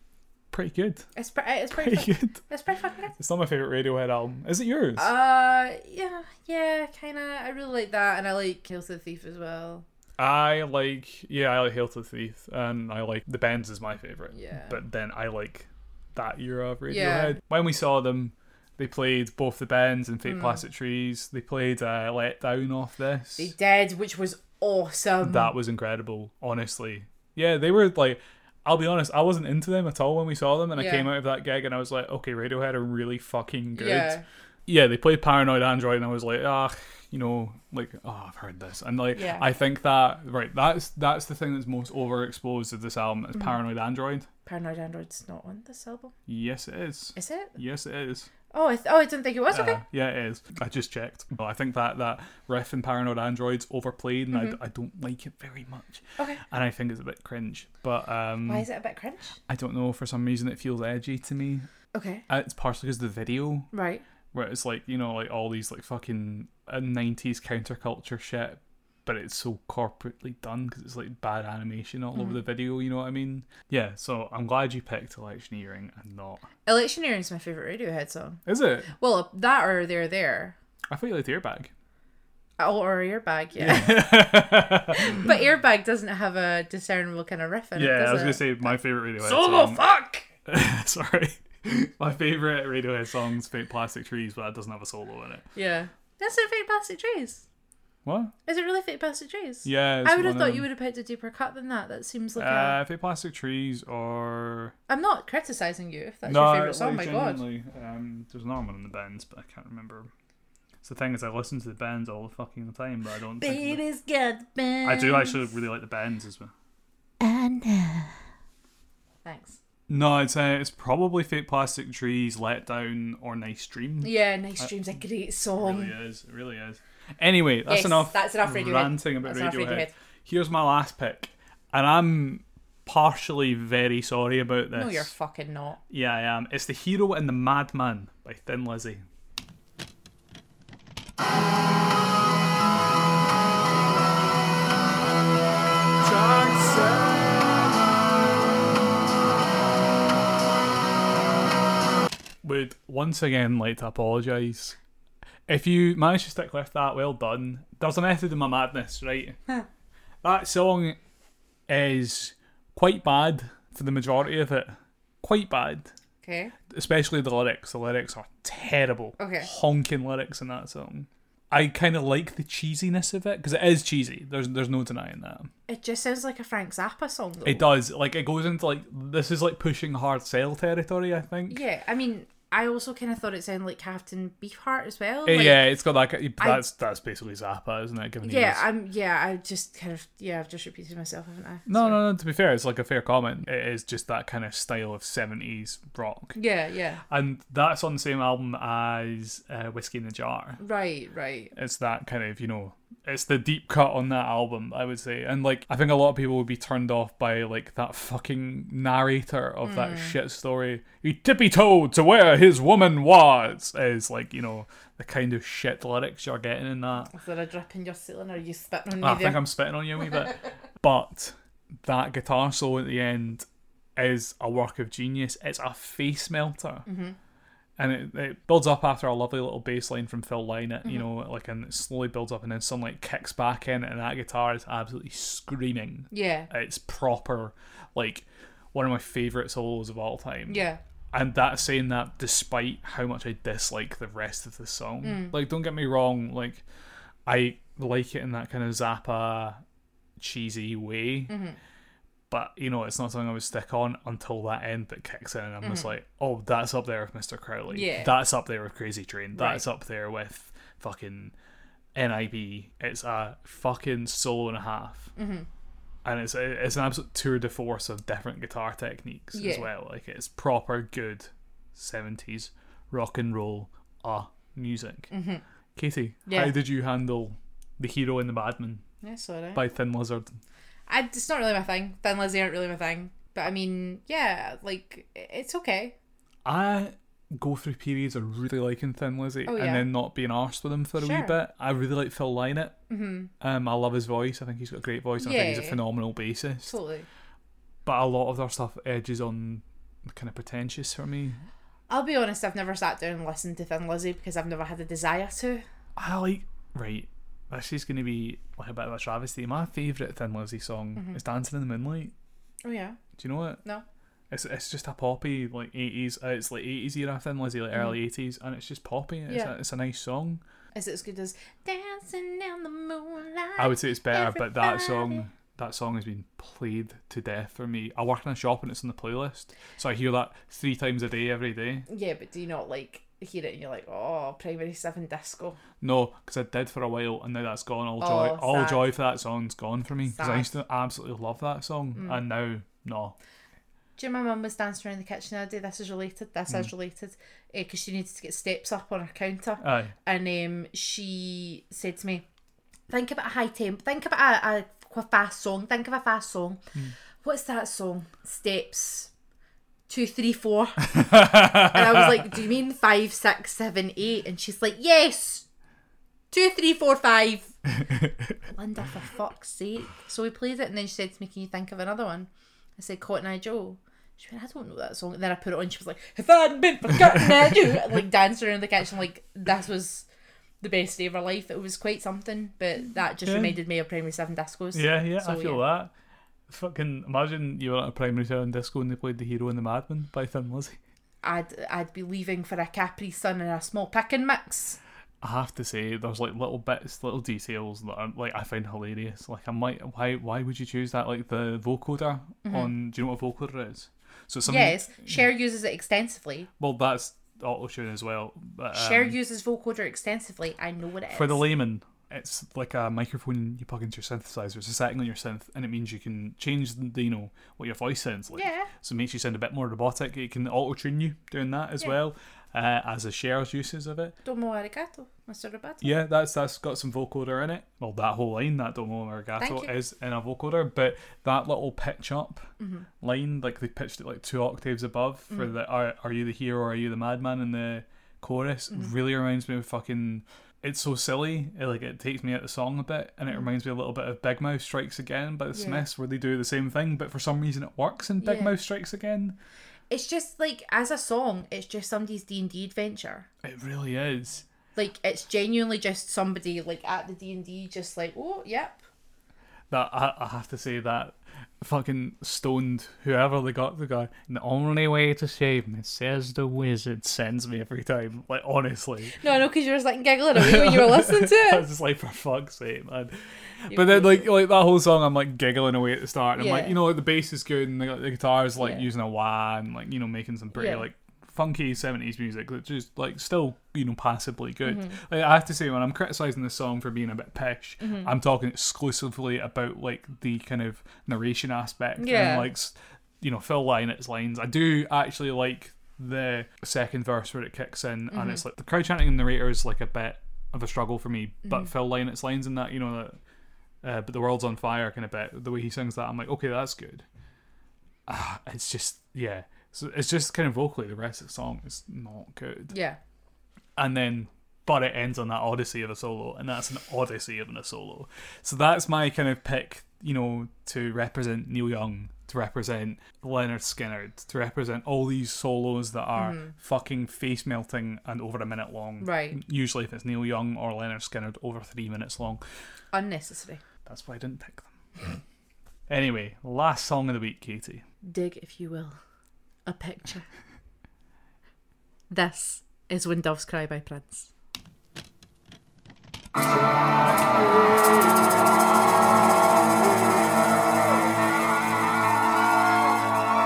Speaker 1: pretty good. <laughs>
Speaker 2: It's pre- it's pretty,
Speaker 1: Pretty
Speaker 2: fu-
Speaker 1: good.
Speaker 2: it's pretty fucking good.
Speaker 1: It's not my favourite Radiohead album. Is it yours?
Speaker 2: Uh, yeah, yeah, kind of. I really like that, and I like Kills the Thief as well.
Speaker 1: I like yeah, I like Hail to the Thief and I like The Bends is my favourite.
Speaker 2: Yeah.
Speaker 1: But then I like that era of Radiohead.
Speaker 2: Yeah.
Speaker 1: When we saw them, they played both the Bends and Fake
Speaker 2: Mm.
Speaker 1: Plastic Trees. They played uh, Let Down off this.
Speaker 2: They did, which was awesome.
Speaker 1: That was incredible, honestly. Yeah, they were like I'll be honest, I wasn't into them at all when we saw them and I
Speaker 2: Yeah.
Speaker 1: came out of that gig and I was like, okay, Radiohead are really fucking good
Speaker 2: Yeah,
Speaker 1: yeah, they played Paranoid Android, and I was like, ah, you know, like, oh, I've heard this, and like,
Speaker 2: Yeah.
Speaker 1: I think that right, that's that's the thing that's most overexposed of this album
Speaker 2: Mm-hmm.
Speaker 1: is Paranoid Android.
Speaker 2: Paranoid Android's not on this album,
Speaker 1: Yes, it is.
Speaker 2: is it?
Speaker 1: Yes, it is.
Speaker 2: Oh, I th- oh, I didn't think it was. Okay,
Speaker 1: Uh, yeah, it is. I just checked. Well, I think that that riff in Paranoid Android's overplayed, and I
Speaker 2: Mm-hmm.
Speaker 1: d- I, don't like it very much.
Speaker 2: Okay.
Speaker 1: And I think it's a bit cringe, but um,
Speaker 2: why is it a bit cringe?
Speaker 1: I don't know. For some reason, it feels edgy to me.
Speaker 2: Okay,
Speaker 1: Uh, It's partially because of the video.
Speaker 2: right.
Speaker 1: where it's like you know like all these like fucking uh, nineties counterculture shit, but it's so corporately done because it's like bad animation all
Speaker 2: Mm.
Speaker 1: over the video. You know what I mean? Yeah. So I'm glad you picked electioneering and not.
Speaker 2: Electioneering is my favorite Radiohead song.
Speaker 1: Is it?
Speaker 2: Well, that or they're there.
Speaker 1: I thought you liked
Speaker 2: <laughs>
Speaker 1: Airbag.
Speaker 2: Oh, or airbag, yeah. but airbag doesn't have a discernible kind of riff in it.
Speaker 1: Yeah,
Speaker 2: does
Speaker 1: I was gonna
Speaker 2: it?
Speaker 1: say my favorite Radiohead
Speaker 2: Solo
Speaker 1: song.
Speaker 2: fuck.
Speaker 1: <laughs> Sorry. My favorite Radiohead song's "Fake Plastic Trees," but that doesn't have a solo in it.
Speaker 2: Yeah, that's it. Fake plastic trees.
Speaker 1: What?
Speaker 2: Is it really fake plastic trees?
Speaker 1: Yeah. it's
Speaker 2: I would
Speaker 1: one
Speaker 2: have
Speaker 1: of
Speaker 2: thought
Speaker 1: them.
Speaker 2: you would have picked a deeper cut than that. That seems like a...
Speaker 1: Uh, "Fake Plastic Trees" or
Speaker 2: I'm not criticizing you if that's
Speaker 1: no,
Speaker 2: your favorite song. My
Speaker 1: like,
Speaker 2: God,
Speaker 1: genuinely, Um, there's another one in the bends, but I can't remember. It's the thing is, I listen to the bends all the fucking time, but I don't. Think
Speaker 2: baby's got
Speaker 1: the-
Speaker 2: been.
Speaker 1: I do actually really like the bends as well.
Speaker 2: Thanks.
Speaker 1: No, it's uh, it's probably Fake Plastic Trees, Let Down, or Nice Dream.
Speaker 2: Yeah, nice dreams. A great
Speaker 1: It
Speaker 2: song.
Speaker 1: really is. It really is. Anyway, that's
Speaker 2: Yes,
Speaker 1: enough.
Speaker 2: that's enough Radiohead.
Speaker 1: ranting about
Speaker 2: That's enough
Speaker 1: Radiohead.
Speaker 2: Radiohead.
Speaker 1: Here's my last pick, and I'm partially very sorry about this.
Speaker 2: No, you're fucking not.
Speaker 1: yeah, I am. It's the Hero and the Madman by Thin Lizzy. would once again like to apologise. If you manage to stick with that, well done. There's a method in my madness, right? that song is quite bad for the majority of it, quite bad,
Speaker 2: Okay.
Speaker 1: especially the lyrics. The lyrics are terrible.
Speaker 2: Okay.
Speaker 1: Honking lyrics in that song. I kind of like the cheesiness of it because it is cheesy. There's there's no denying that.
Speaker 2: It just sounds like a Frank Zappa song. Though.
Speaker 1: It does. Like it goes into like this is like pushing hard sell territory. I think.
Speaker 2: Yeah, I mean, I also kind of thought it sounded like Captain Beefheart as well.
Speaker 1: Eh,
Speaker 2: like-
Speaker 1: yeah, it's got that. ki- That's that's basically Zappa, isn't it? Given he
Speaker 2: Yeah,
Speaker 1: was-
Speaker 2: I'm. Yeah, I just kind of. Yeah, I've just repeated myself, haven't I?
Speaker 1: no, no, no. To be fair, it's like a fair comment. It is just that kind of style of seventies rock,
Speaker 2: Yeah, yeah.
Speaker 1: and that's on the same album as uh, Whiskey in the Jar.
Speaker 2: Right, right.
Speaker 1: it's that kind of you know it's the deep cut on that album i would say and like i think a lot of people would be turned off by like that fucking narrator of that shit story he tippy-toed to where his woman was is like you know the kind of shit lyrics you're getting in that
Speaker 2: Is there a drip in your ceiling? Or are you spitting on me
Speaker 1: i
Speaker 2: there?
Speaker 1: think i'm spitting on you a wee bit but that guitar solo at the end is a work of genius it's a face melter and it, it builds up after a lovely little bass line from Phil Lynott, you know, like and it slowly builds up and then sunlight kicks back in and that guitar is absolutely screaming.
Speaker 2: Yeah,
Speaker 1: It's proper, like one of my favourite solos of all time.
Speaker 2: yeah.
Speaker 1: And that's saying that despite how much I dislike the rest of the song. Like, don't get me wrong, like I like it in that kind of Zappa cheesy way. But you know, it's not something I would stick on until that end that kicks in, and I'm just like, oh, that's up there with Mr. Crowley.
Speaker 2: Yeah.
Speaker 1: That's up there with Crazy Train. That's up there with fucking NIB. It's a fucking solo and a half,
Speaker 2: Mm-hmm.
Speaker 1: and it's a, it's an absolute tour de force of different guitar techniques as
Speaker 2: Yeah.
Speaker 1: well. Like it's proper good seventies rock and roll uh music. Katie,
Speaker 2: Mm-hmm. Yeah.
Speaker 1: how did you handle the hero and the madman
Speaker 2: That's all right.
Speaker 1: by Thin Lizard?
Speaker 2: I, it's not really my thing. Thin Lizzy aren't really my thing. But I mean, yeah, like, it's okay.
Speaker 1: I go through periods of really liking Thin Lizzy
Speaker 2: Oh, yeah.
Speaker 1: and then not being arsed with him for a
Speaker 2: Sure.
Speaker 1: wee bit. I really like Phil Lynott. Mm-hmm. Um, I love his voice. I think he's got a great voice. and I think he's
Speaker 2: Yeah.
Speaker 1: a phenomenal bassist.
Speaker 2: Totally.
Speaker 1: But a lot of their stuff edges on kind of pretentious for me.
Speaker 2: I'll be honest, I've never sat down and listened to Thin Lizzy because I've never had a desire to.
Speaker 1: I like right. This is going to be like a bit of a travesty. My favourite Thin Lizzy song is "Dancing in the Moonlight."
Speaker 2: Oh, yeah.
Speaker 1: Do you know it?
Speaker 2: Mm-hmm. No.
Speaker 1: It's, it's just a poppy like eighties. Uh, it's like eighties era Thin Lizzy, like early eighties, and it's just poppy. It's,
Speaker 2: Mm-hmm. Yeah.
Speaker 1: a, it's a nice song.
Speaker 2: Is it as good as Dancing in the Moonlight?
Speaker 1: I would say it's better, but that
Speaker 2: Everybody.
Speaker 1: song that song has been played to death for me. I work in a shop and it's on the playlist, so I hear that three times a day every day.
Speaker 2: Yeah, but do you not, like, hear it and you're like, oh, Primary 7 Disco?
Speaker 1: No, because I did for a while, and now that's gone. All joy,
Speaker 2: Oh,
Speaker 1: all
Speaker 2: sad.
Speaker 1: joy for that song's gone for me because I
Speaker 2: Sad. Mm.
Speaker 1: used to absolutely love that song, and now no.
Speaker 2: Do you know my mum was dancing around the kitchen the other day? This is related, this
Speaker 1: Mm.
Speaker 2: is related. Because she needed to get steps up on her counter.
Speaker 1: Aye,
Speaker 2: and um, she said to me, "Think about a high temp. Think about a, a qu- fast song. Think of a fast song. What's that song? Steps." Two, three, four, and I was like, "Do you mean five, six, seven, eight? And she's like, "Yes, two, three, four, five. Linda, for fuck's sake! So we played it, and then she said to me, "Can you think of another one?" I said, "Cotton Eye Joe." She went, "I don't know that song." And then I put it on. She was like, "If I hadn't been for Cotton Eye Joe," <laughs> like dancing around the kitchen, like this was the best day of her life. It was quite something, but that just
Speaker 1: Yeah.
Speaker 2: reminded me of Primary Seven Discos.
Speaker 1: yeah, yeah, I
Speaker 2: So,
Speaker 1: feel that. Fucking imagine you were at a primary town disco and they played "The Hero and the Madman" by Thin Lizzy.
Speaker 2: I'd I'd be leaving for a Capri Sun and a small picking mix.
Speaker 1: I have to say, there's like little bits, little details that are like I find hilarious. Like I'm like, why, why would you choose that? Like the vocoder on. Do you know what a vocoder is? So some
Speaker 2: Mm-hmm. Yes, Cher uses it extensively.
Speaker 1: Well, that's auto tune as well. But, um,
Speaker 2: Cher uses vocoder extensively. I know what it is.
Speaker 1: for the layman, it's like a microphone you plug into your synthesizer. It's a setting on your synth, and it means you can change the you know what your voice sounds like.
Speaker 2: Yeah.
Speaker 1: So it makes you sound a bit more robotic. It can auto tune you doing that as well, uh, as a Cher's uses of it.
Speaker 2: Domo arigato, Mr. Roboto.
Speaker 1: Yeah, that's that's got some vocoder in it. Well, that whole line, that Domo
Speaker 2: Thank
Speaker 1: Marigato,
Speaker 2: you.
Speaker 1: is in a vocoder, but that little pitch up
Speaker 2: Mm-hmm.
Speaker 1: line, like they pitched it like two octaves above for
Speaker 2: Mm.
Speaker 1: the are, are you the hero, are you the madman in the chorus,
Speaker 2: Mm-hmm.
Speaker 1: really reminds me of fucking. It's so silly, it, like it takes me out of the song a bit, and it
Speaker 2: Mm-hmm.
Speaker 1: reminds me a little bit of Big Mouth Strikes Again by the Smiths, where they do the same thing, but for some reason it works in Big
Speaker 2: Yeah.
Speaker 1: Mouth Strikes Again.
Speaker 2: It's just like as a song, it's just somebody's D and D adventure.
Speaker 1: It really is.
Speaker 2: Like it's genuinely just somebody like at the D and D, just like oh yep,
Speaker 1: that I, I have to say that fucking stoned whoever they got the guy. And the only way to save me says the wizard sends me every time. Like honestly,
Speaker 2: No, no, because you were just like giggling away when
Speaker 1: <laughs>
Speaker 2: you were listening to
Speaker 1: I
Speaker 2: it.
Speaker 1: was just like, for fuck's sake, man. But then like like that whole song, I'm like giggling away at the start, and I'm like,
Speaker 2: Yeah.
Speaker 1: you know, like, the bass is good, and the, the guitar is like
Speaker 2: Yeah.
Speaker 1: using a wah, and like you know, making some pretty
Speaker 2: Yeah.
Speaker 1: like funky 70s music that's just like still you know passably good
Speaker 2: Mm-hmm.
Speaker 1: like i have to say when i'm criticizing this song for being a bit pish i'm talking exclusively about like the kind of narration aspect
Speaker 2: Yeah.
Speaker 1: and like s- you know fill line its lines i do actually like the second verse where it kicks in and it's like the crowd chanting and narrator is like a bit of a struggle for me but fill line its lines in that you know that uh, but the world's on fire kind of bit the way he sings that i'm like okay that's good Ah, it's just yeah so it's just kind of vocally the rest of the song is not good
Speaker 2: yeah,
Speaker 1: and then but it ends on that odyssey of a solo and that's an odyssey of a solo so that's my kind of pick you know to represent neil young to represent leonard skinner to represent all these solos that are fucking face melting and over a minute long
Speaker 2: Right.
Speaker 1: usually if it's neil young or leonard skinner over three minutes long
Speaker 2: unnecessary.
Speaker 1: that's why i didn't pick them anyway last song of the week katie
Speaker 2: Dig, if you will, a picture. this is When Doves Cry by Prince.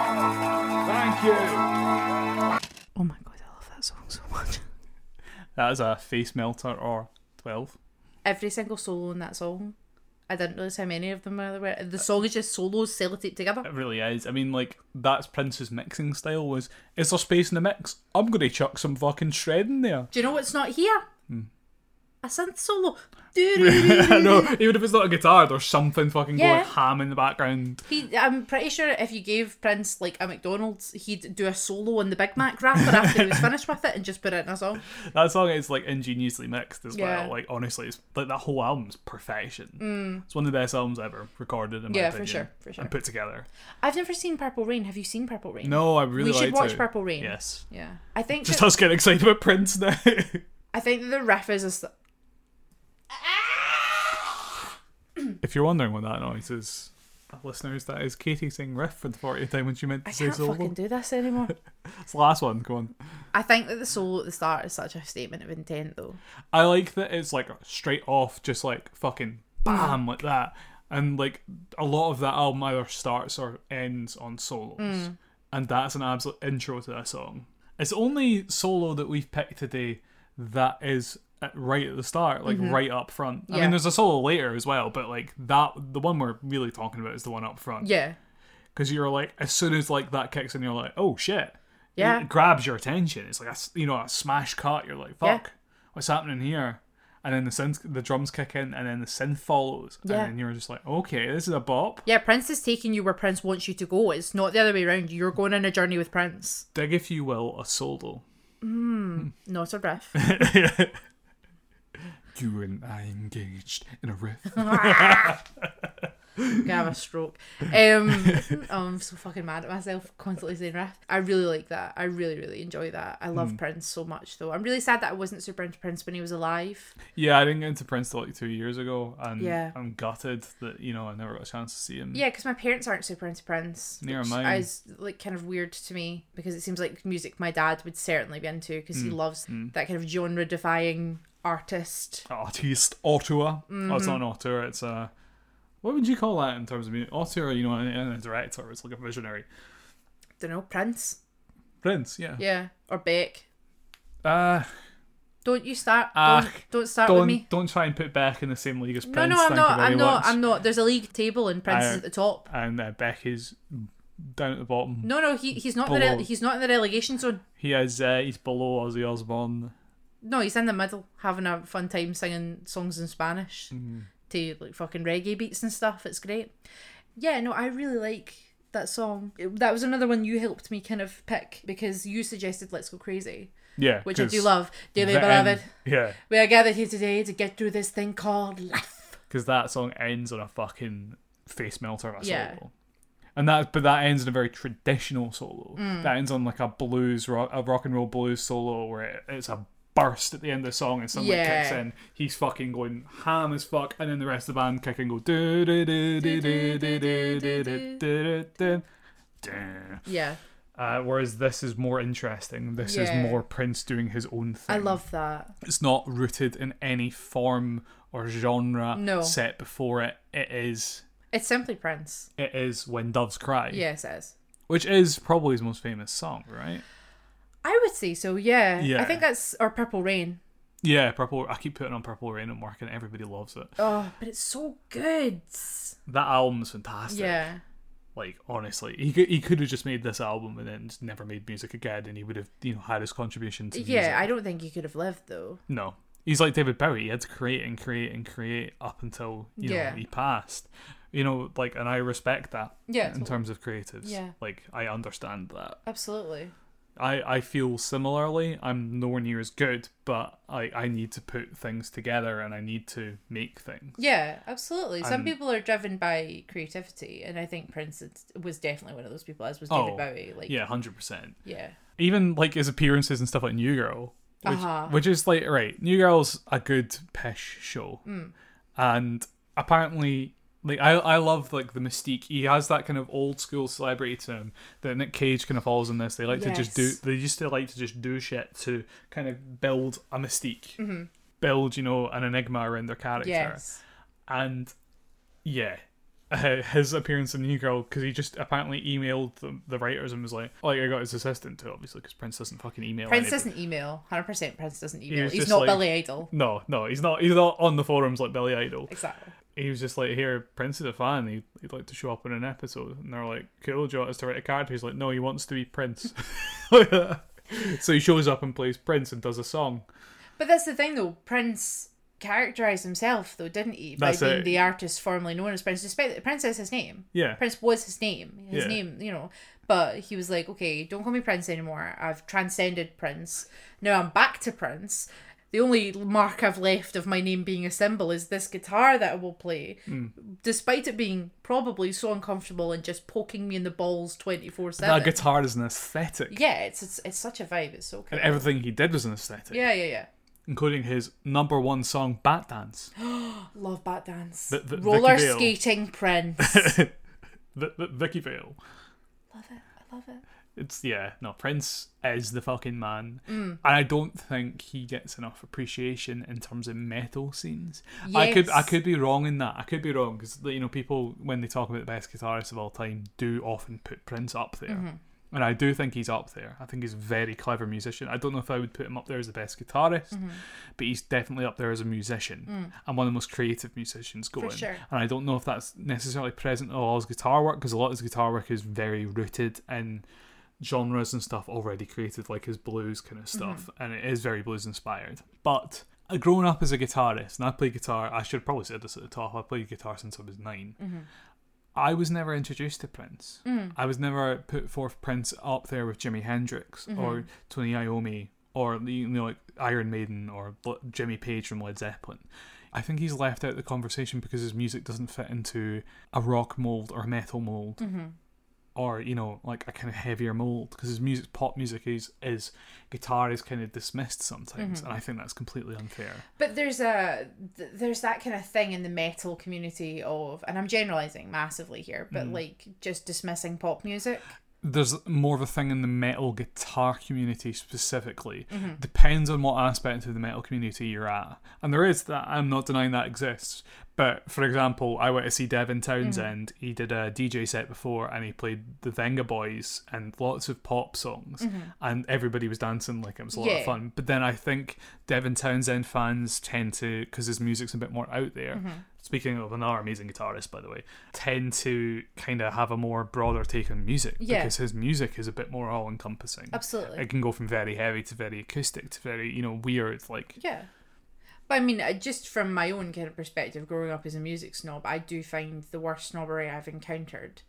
Speaker 1: thank you
Speaker 2: Oh my god, I love that song so much. <laughs>
Speaker 1: that is a face melter or 12
Speaker 2: Every single solo in that song, I didn't realize how many of them were there were. The song is just solos sellotaped together.
Speaker 1: It really is. I mean, like that's Prince's mixing style. Was is there space in the mix? I'm gonna chuck some fucking shred in there. <laughs>
Speaker 2: Do you know what's not here?
Speaker 1: Hmm.
Speaker 2: A synth solo.
Speaker 1: <laughs> I know. Even if it's not a guitar, there's something fucking
Speaker 2: Yeah.
Speaker 1: going ham in the background.
Speaker 2: He, I'm pretty sure if you gave Prince like a McDonald's, he'd do a solo on the Big Mac wrapper after he was finished with it and just put it in a song.
Speaker 1: That song is like ingeniously mixed as
Speaker 2: Yeah. Mm.
Speaker 1: well. Like honestly, it's like that whole album's perfection. It's one of the best albums ever recorded. In my
Speaker 2: Yeah, for
Speaker 1: opinion,
Speaker 2: sure, for sure.
Speaker 1: And put together.
Speaker 2: I've never seen Purple Rain. Have you seen Purple Rain?
Speaker 1: No, I really
Speaker 2: We should
Speaker 1: like
Speaker 2: watch
Speaker 1: to.
Speaker 2: Purple Rain. <laughs>
Speaker 1: Yes.
Speaker 2: Yeah, I think
Speaker 1: Just
Speaker 2: that-
Speaker 1: us getting excited about Prince now. <laughs>
Speaker 2: I think that the riff is a. s-
Speaker 1: if you're wondering what that noise is, listeners, that is Katie saying riff for the 40th time when she meant to
Speaker 2: I
Speaker 1: say
Speaker 2: can't
Speaker 1: solo.
Speaker 2: fucking do this anymore.
Speaker 1: It's the last one. Go on.
Speaker 2: I think that the solo at the start is such a statement of intent, though.
Speaker 1: I like that it's like straight off, just like fucking bam like that, and like a lot of that album either starts or ends on solos, and that's an absolute intro to that song. It's the only solo that we've picked today that is at, right at the start, like right up front. I
Speaker 2: Yeah.
Speaker 1: mean, there's a solo later as well, but like that, the one we're really talking about is the one up front
Speaker 2: Yeah,
Speaker 1: because you're like as soon as like that kicks in, you're like, oh shit,
Speaker 2: Yeah.
Speaker 1: it grabs your attention. It's like a s- you know a smash cut. You're like,
Speaker 2: Yeah.
Speaker 1: fuck, what's happening here? And then the synth, the drums kick in, and then the synth follows,
Speaker 2: Yeah.
Speaker 1: and then you're just like, okay, this is a bop.
Speaker 2: yeah. Prince is taking you where Prince wants you to go. It's not the other way around. You're going on a journey with Prince,
Speaker 1: Dig if you will a solo. <laughs>
Speaker 2: not a riff.
Speaker 1: You and I engaged in a riff.
Speaker 2: gonna have a stroke. Um, <laughs> oh, I'm so fucking mad at myself constantly saying riff. I really like that. I really, really enjoy that. I
Speaker 1: Hmm.
Speaker 2: love Prince so much, though. I'm really sad that I wasn't super into Prince when he was alive.
Speaker 1: yeah, I didn't get into Prince till like two years ago, and
Speaker 2: Yeah.
Speaker 1: I'm gutted that you know I never got a chance to see him.
Speaker 2: Yeah, because my parents aren't super into Prince.
Speaker 1: Neither
Speaker 2: which
Speaker 1: am I.
Speaker 2: Is like kind of weird to me because it seems like music my dad would certainly be into because
Speaker 1: Hmm.
Speaker 2: he loves that kind of genre-defying artist.
Speaker 1: artiste auteur.
Speaker 2: Mm-hmm.
Speaker 1: Oh, it's not an auteur. It's a what would you call that in terms of music? Auteur, you know, and and a director. It's like a visionary.
Speaker 2: Don't know Prince,
Speaker 1: Prince, yeah.
Speaker 2: yeah, or Beck.
Speaker 1: Uh,
Speaker 2: Don't you start?
Speaker 1: Ah,
Speaker 2: don't, don't start with me.
Speaker 1: don't don't try and put Beck in the same league as
Speaker 2: No,
Speaker 1: Prince.
Speaker 2: no, I'm
Speaker 1: thank
Speaker 2: not.
Speaker 1: you very
Speaker 2: I'm not.
Speaker 1: much.
Speaker 2: I'm not. There's a league table and Prince
Speaker 1: I-
Speaker 2: is at the top.
Speaker 1: And uh, Beck is down at the bottom.
Speaker 2: No, no, he, he's not in the
Speaker 1: Below.
Speaker 2: re- he's not in the relegation zone.
Speaker 1: He is. Uh, he's below Ozzy Osbourne.
Speaker 2: No, he's in the middle, having a fun time singing songs in Spanish
Speaker 1: Mm-hmm.
Speaker 2: to like fucking reggae beats and stuff. It's great. Yeah, no, I really like that song. It- That was another one you helped me kind of pick because you suggested "Let's Go Crazy,"
Speaker 1: Yeah,
Speaker 2: which I
Speaker 1: 'cause
Speaker 2: do love. Dearly
Speaker 1: the end-
Speaker 2: beloved,
Speaker 1: yeah,
Speaker 2: we are gathered here today to get through this thing called life.
Speaker 1: because that song ends on a fucking face melter of a
Speaker 2: Yeah.
Speaker 1: solo. And that, but that ends in a very
Speaker 2: Mm.
Speaker 1: traditional solo. That ends on like a blues, rock, a rock and roll blues solo where it, it's a burst at the end of the song and suddenly
Speaker 2: Yeah.
Speaker 1: kicks in, he's fucking going ham as fuck, and then the rest of the band kick and go do do do do do do do do do do do. do.
Speaker 2: Yeah.
Speaker 1: Uh, whereas this is more interesting. This
Speaker 2: Yeah.
Speaker 1: is more Prince doing his own thing.
Speaker 2: I love that.
Speaker 1: It's not rooted in any form or genre
Speaker 2: No.
Speaker 1: set before it. It is.
Speaker 2: It's simply Prince.
Speaker 1: It is when doves cry,
Speaker 2: Yes, it is.
Speaker 1: which is probably his most famous song, right?
Speaker 2: I would say so, yeah. I
Speaker 1: Yeah.
Speaker 2: think that's or Purple Rain.
Speaker 1: Yeah, purple. I keep putting on Purple Rain and work, and everybody loves it.
Speaker 2: Oh, but it's so good.
Speaker 1: That album's fantastic.
Speaker 2: Yeah.
Speaker 1: Like honestly, he could, he could have just made this album and then just never made music again, and he would have you know had his contribution to music.
Speaker 2: Yeah, I don't think he could have lived though.
Speaker 1: No. He's like David Bowie. He had to create and create and create up until you know
Speaker 2: Yeah.
Speaker 1: he passed. You know, like, and I respect that.
Speaker 2: Yeah,
Speaker 1: In
Speaker 2: totally.
Speaker 1: terms of creatives.
Speaker 2: Yeah.
Speaker 1: Like, I understand that.
Speaker 2: Absolutely.
Speaker 1: I I feel similarly. I'm nowhere near as good, but I I need to put things together and I need to make things.
Speaker 2: Yeah, absolutely. Some people are driven by creativity, and I think Prince is- was definitely one of those people, as was David
Speaker 1: Oh,
Speaker 2: Bowie. Like,
Speaker 1: Yeah, hundred percent.
Speaker 2: yeah,
Speaker 1: Even like his appearances and stuff like New Girl, which,
Speaker 2: Uh-huh.
Speaker 1: which is like right. New Girl's a good pish show,
Speaker 2: Mm.
Speaker 1: and apparently, like I I love like the mystique. He has that kind of old school celebrity to him that Nick Cage kind of follows in this. They like to just do.
Speaker 2: Yes.
Speaker 1: They used to like to just do shit to kind of build a mystique, build you know an enigma around their character
Speaker 2: Mm-hmm. yes,
Speaker 1: and yeah <laughs> uh, his appearance in new girl because he just apparently emailed the, the writers and was like like i got his assistant to obviously because prince doesn't fucking email
Speaker 2: Prince
Speaker 1: anybody.
Speaker 2: doesn't email. Hundred percent, Prince doesn't email.
Speaker 1: was
Speaker 2: He's
Speaker 1: just
Speaker 2: not
Speaker 1: like-
Speaker 2: Billy Idol.
Speaker 1: no no he's not he's not on the forums like billy idol
Speaker 2: Exactly.
Speaker 1: he was just like here prince is a fan he'd, he'd like to show up in an episode and they're like cool do you want us to write a character he's like no he wants to be prince <laughs> so he shows up and plays prince and does a song
Speaker 2: But that's the thing, though. Prince characterized himself, though, didn't he, by
Speaker 1: That's
Speaker 2: being
Speaker 1: it.
Speaker 2: the artist formerly known as Prince. Despite that Prince is his name.
Speaker 1: yeah
Speaker 2: Prince was his name. His
Speaker 1: Yeah.
Speaker 2: name, you know. But he was like, okay, don't call me Prince anymore. I've transcended Prince. Now I'm back to Prince. The only mark I've left of my name being a symbol is this guitar that I will play,
Speaker 1: Hmm.
Speaker 2: despite it being probably so uncomfortable and just poking me in the balls 24
Speaker 1: that
Speaker 2: 7.
Speaker 1: guitar is an aesthetic
Speaker 2: Yeah, it's, it's it's such a vibe. It's so cool.
Speaker 1: and everything he did was an aesthetic
Speaker 2: Yeah, yeah, yeah.
Speaker 1: including his number one song bat dance
Speaker 2: Love Bat Dance.
Speaker 1: The- the-
Speaker 2: Roller
Speaker 1: Vicky Vale.
Speaker 2: skating
Speaker 1: <laughs>
Speaker 2: Prince.
Speaker 1: v- v- Vicky Vale.
Speaker 2: love it. I love it.
Speaker 1: It's yeah, no, Prince is the fucking man. And I don't think he gets enough appreciation in terms of metal scenes. I could I
Speaker 2: Yes.
Speaker 1: could be wrong in that. I could be wrong because you know people when they talk about the best guitarists of all time do often put Prince up there. And I do think he's up there. I think he's a very clever musician. I don't know if I would put him up there as the best guitarist, but he's definitely up there as a musician and one of the most creative musicians going.
Speaker 2: sure.
Speaker 1: And I don't know if that's necessarily present in all his guitar work because a lot of his guitar work is very rooted in genres and stuff already created, like his blues kind of stuff, and it is very blues inspired. But uh, growing up as a guitarist, and I play guitar, I should probably say this at the top. I played guitar since I was 9 I was never introduced to Prince. I was never put forth Prince up there with Jimi Hendrix or Tony Iommi or you know like Iron Maiden or L- Jimmy Page from Led Zeppelin. I think he's left out of the conversation because his music doesn't fit into a rock mold or a metal mold or you know like a kind of heavier mold because his music pop music is is guitar is kind of dismissed sometimes and i think that's completely unfair
Speaker 2: But there's a th- there's that kind of thing in the metal community of, and I'm generalizing massively here, but
Speaker 1: Mm.
Speaker 2: like just dismissing pop music.
Speaker 1: there's more of a thing in the metal guitar community specifically
Speaker 2: Mm-hmm.
Speaker 1: depends on what aspect of the metal community you're at and there is that i'm not denying that exists but for example i went to see devin townsend
Speaker 2: Mm-hmm.
Speaker 1: he did a dj set before and he played the venga boys and lots of pop songs and everybody was dancing like it was a lot
Speaker 2: Mm-hmm. Yeah.
Speaker 1: of fun but then i think devin townsend fans tend to because his music's a bit more out there
Speaker 2: Mm-hmm.
Speaker 1: Speaking of another amazing guitarist, by the way, tend to kind of have a more broader take on music
Speaker 2: Yeah.
Speaker 1: because his music is a bit more all encompassing.
Speaker 2: Absolutely.
Speaker 1: It can go from very heavy to very acoustic to very, you know, weird. Like,
Speaker 2: Yeah. But I mean, uh, just from my own kind of perspective, growing up as a music snob, I do find the worst snobbery I've encountered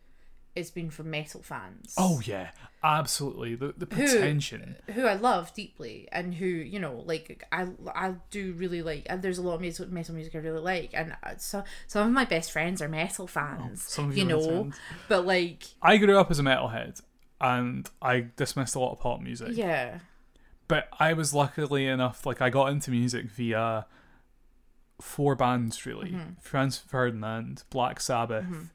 Speaker 2: has been from metal fans.
Speaker 1: oh yeah, absolutely. The, the pretension.
Speaker 2: who I love deeply and who you know like I I do really like and there's a lot of metal, metal music I really like and uh, so some of my best friends are metal fans
Speaker 1: Oh, some of
Speaker 2: you
Speaker 1: your
Speaker 2: know
Speaker 1: best friends.
Speaker 2: but like
Speaker 1: I grew up as a metalhead and I dismissed a lot of pop music.
Speaker 2: yeah
Speaker 1: But I was luckily enough, like I got into music via four bands really: Franz Ferdinand, Black Sabbath,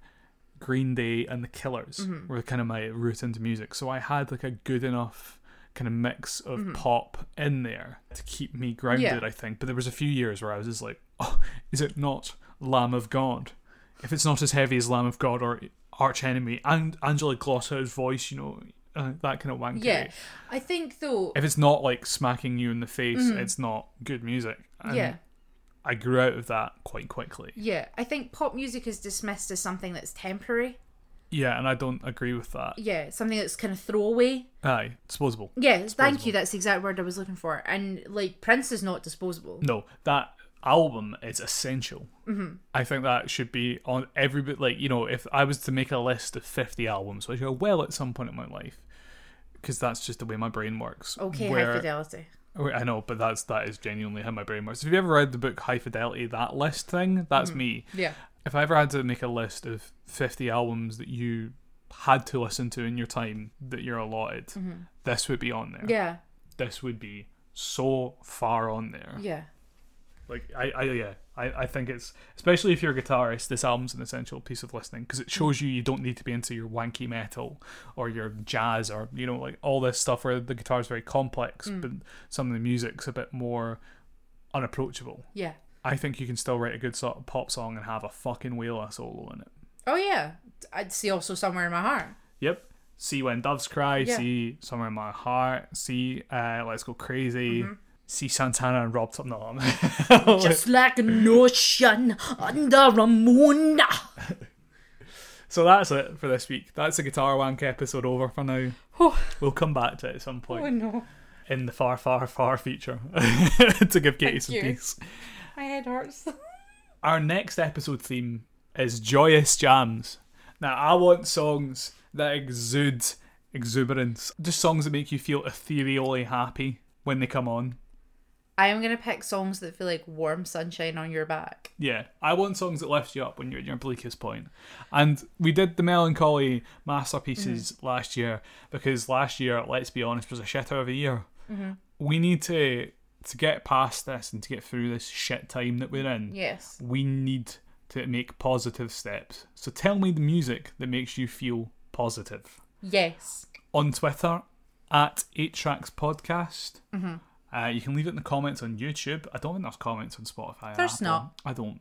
Speaker 1: Green Day, and The Killers were kind of my route into music. So I had like a good enough kind of mix of pop in there to keep me grounded. I think. But there was a few years where I was just like, oh, is it not Lamb of God? If it's not as heavy as Lamb of God or Arch Enemy and Angela Glotter's voice, you know, uh, that kind of wanky
Speaker 2: Yeah, I think though.
Speaker 1: if it's not like smacking you in the face, it's not good music. And
Speaker 2: Mm-hmm. Yeah,
Speaker 1: I grew out of that quite quickly.
Speaker 2: yeah. I think pop music is dismissed as something that's temporary.
Speaker 1: Yeah, and I don't agree with that.
Speaker 2: Yeah, something that's kind of throwaway.
Speaker 1: Aye, disposable.
Speaker 2: Yeah, thank you. That's the exact word I was looking for. And like Prince is not disposable.
Speaker 1: No, that album is essential. Mm-hmm. I think that should be on every bit. Like, you know, if I was to make a list of 50 albums, which I will at some point in my life, because that's just the way my brain works.
Speaker 2: Okay,
Speaker 1: Mm.
Speaker 2: high
Speaker 1: where-
Speaker 2: fidelity.
Speaker 1: Wait, I know, but that's that is genuinely how my brain works. Have you ever read the book High Fidelity? That list thing.
Speaker 2: Mm-hmm.
Speaker 1: That's me.
Speaker 2: Yeah.
Speaker 1: If I ever had to make a list of fifty albums that you had to listen to in your time that you're allotted, this would be on there.
Speaker 2: Mm-hmm. Yeah,
Speaker 1: This would be so far on there.
Speaker 2: yeah.
Speaker 1: Like I, I yeah, I, I think it's especially if you're a guitarist, this album's an essential piece of listening because
Speaker 2: Mm.
Speaker 1: it shows you you don't need to be into your wanky metal or your jazz or you know like all this stuff where the guitar's very complex,
Speaker 2: Mm.
Speaker 1: but some of the music's a bit more unapproachable.
Speaker 2: Yeah.
Speaker 1: I think you can still write a good sort of pop song and have a fucking whale solo in it.
Speaker 2: Oh yeah. I'd see also somewhere in my heart.
Speaker 1: Yep. See when doves cry.
Speaker 2: Yeah.
Speaker 1: See somewhere in my heart. See uh, let's go crazy.
Speaker 2: Mm-hmm.
Speaker 1: See Santana and Rob Top. No, I'm-
Speaker 2: Just like an ocean under
Speaker 1: <laughs>
Speaker 2: a moon.
Speaker 1: <laughs> So that's it for this week. That's the Guitar Wank episode over for now.
Speaker 2: Oh,
Speaker 1: We'll come back to it at some
Speaker 2: oh
Speaker 1: point
Speaker 2: no,
Speaker 1: in the far, far, far future <laughs> to give Katie some
Speaker 2: you.
Speaker 1: peace.
Speaker 2: my head hurts. <laughs>
Speaker 1: Our next episode theme is joyous jams. Now, I want songs that exude exuberance, just songs that make you feel ethereally happy when they come on.
Speaker 2: I am gonna pick songs that feel like warm sunshine on your back.
Speaker 1: Yeah, I want songs that lift you up when you're at your bleakest point. And we did the melancholy masterpieces last year because last year, let's be honest, was a shitter of a year. We need to to get past this and to get through this shit time that we're in.
Speaker 2: Yes.
Speaker 1: We need to make positive steps. So tell me the music that makes you feel positive.
Speaker 2: Yes.
Speaker 1: On Twitter at Eight Tracks Podcast.
Speaker 2: Mm-hmm.
Speaker 1: Uh, you can leave it in the comments on YouTube. I don't think there's comments on Spotify. or
Speaker 2: There's
Speaker 1: Apple.
Speaker 2: not.
Speaker 1: I don't.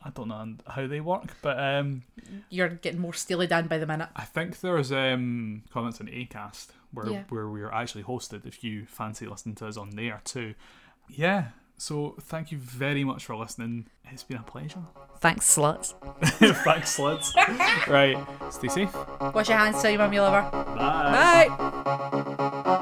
Speaker 1: I don't know how they work, but um,
Speaker 2: You're getting more steely Dan by the minute.
Speaker 1: I think there's um, comments on Acast where
Speaker 2: Yeah.
Speaker 1: where we're actually hosted. If you fancy listening to us on there too, yeah. So thank you very much for listening. It's been a pleasure. <laughs>
Speaker 2: Thanks, sluts.
Speaker 1: Thanks,
Speaker 2: <laughs>
Speaker 1: sleds. right, stay safe.
Speaker 2: Wash your hands, tell your mum you love her.
Speaker 1: Bye.
Speaker 2: Bye.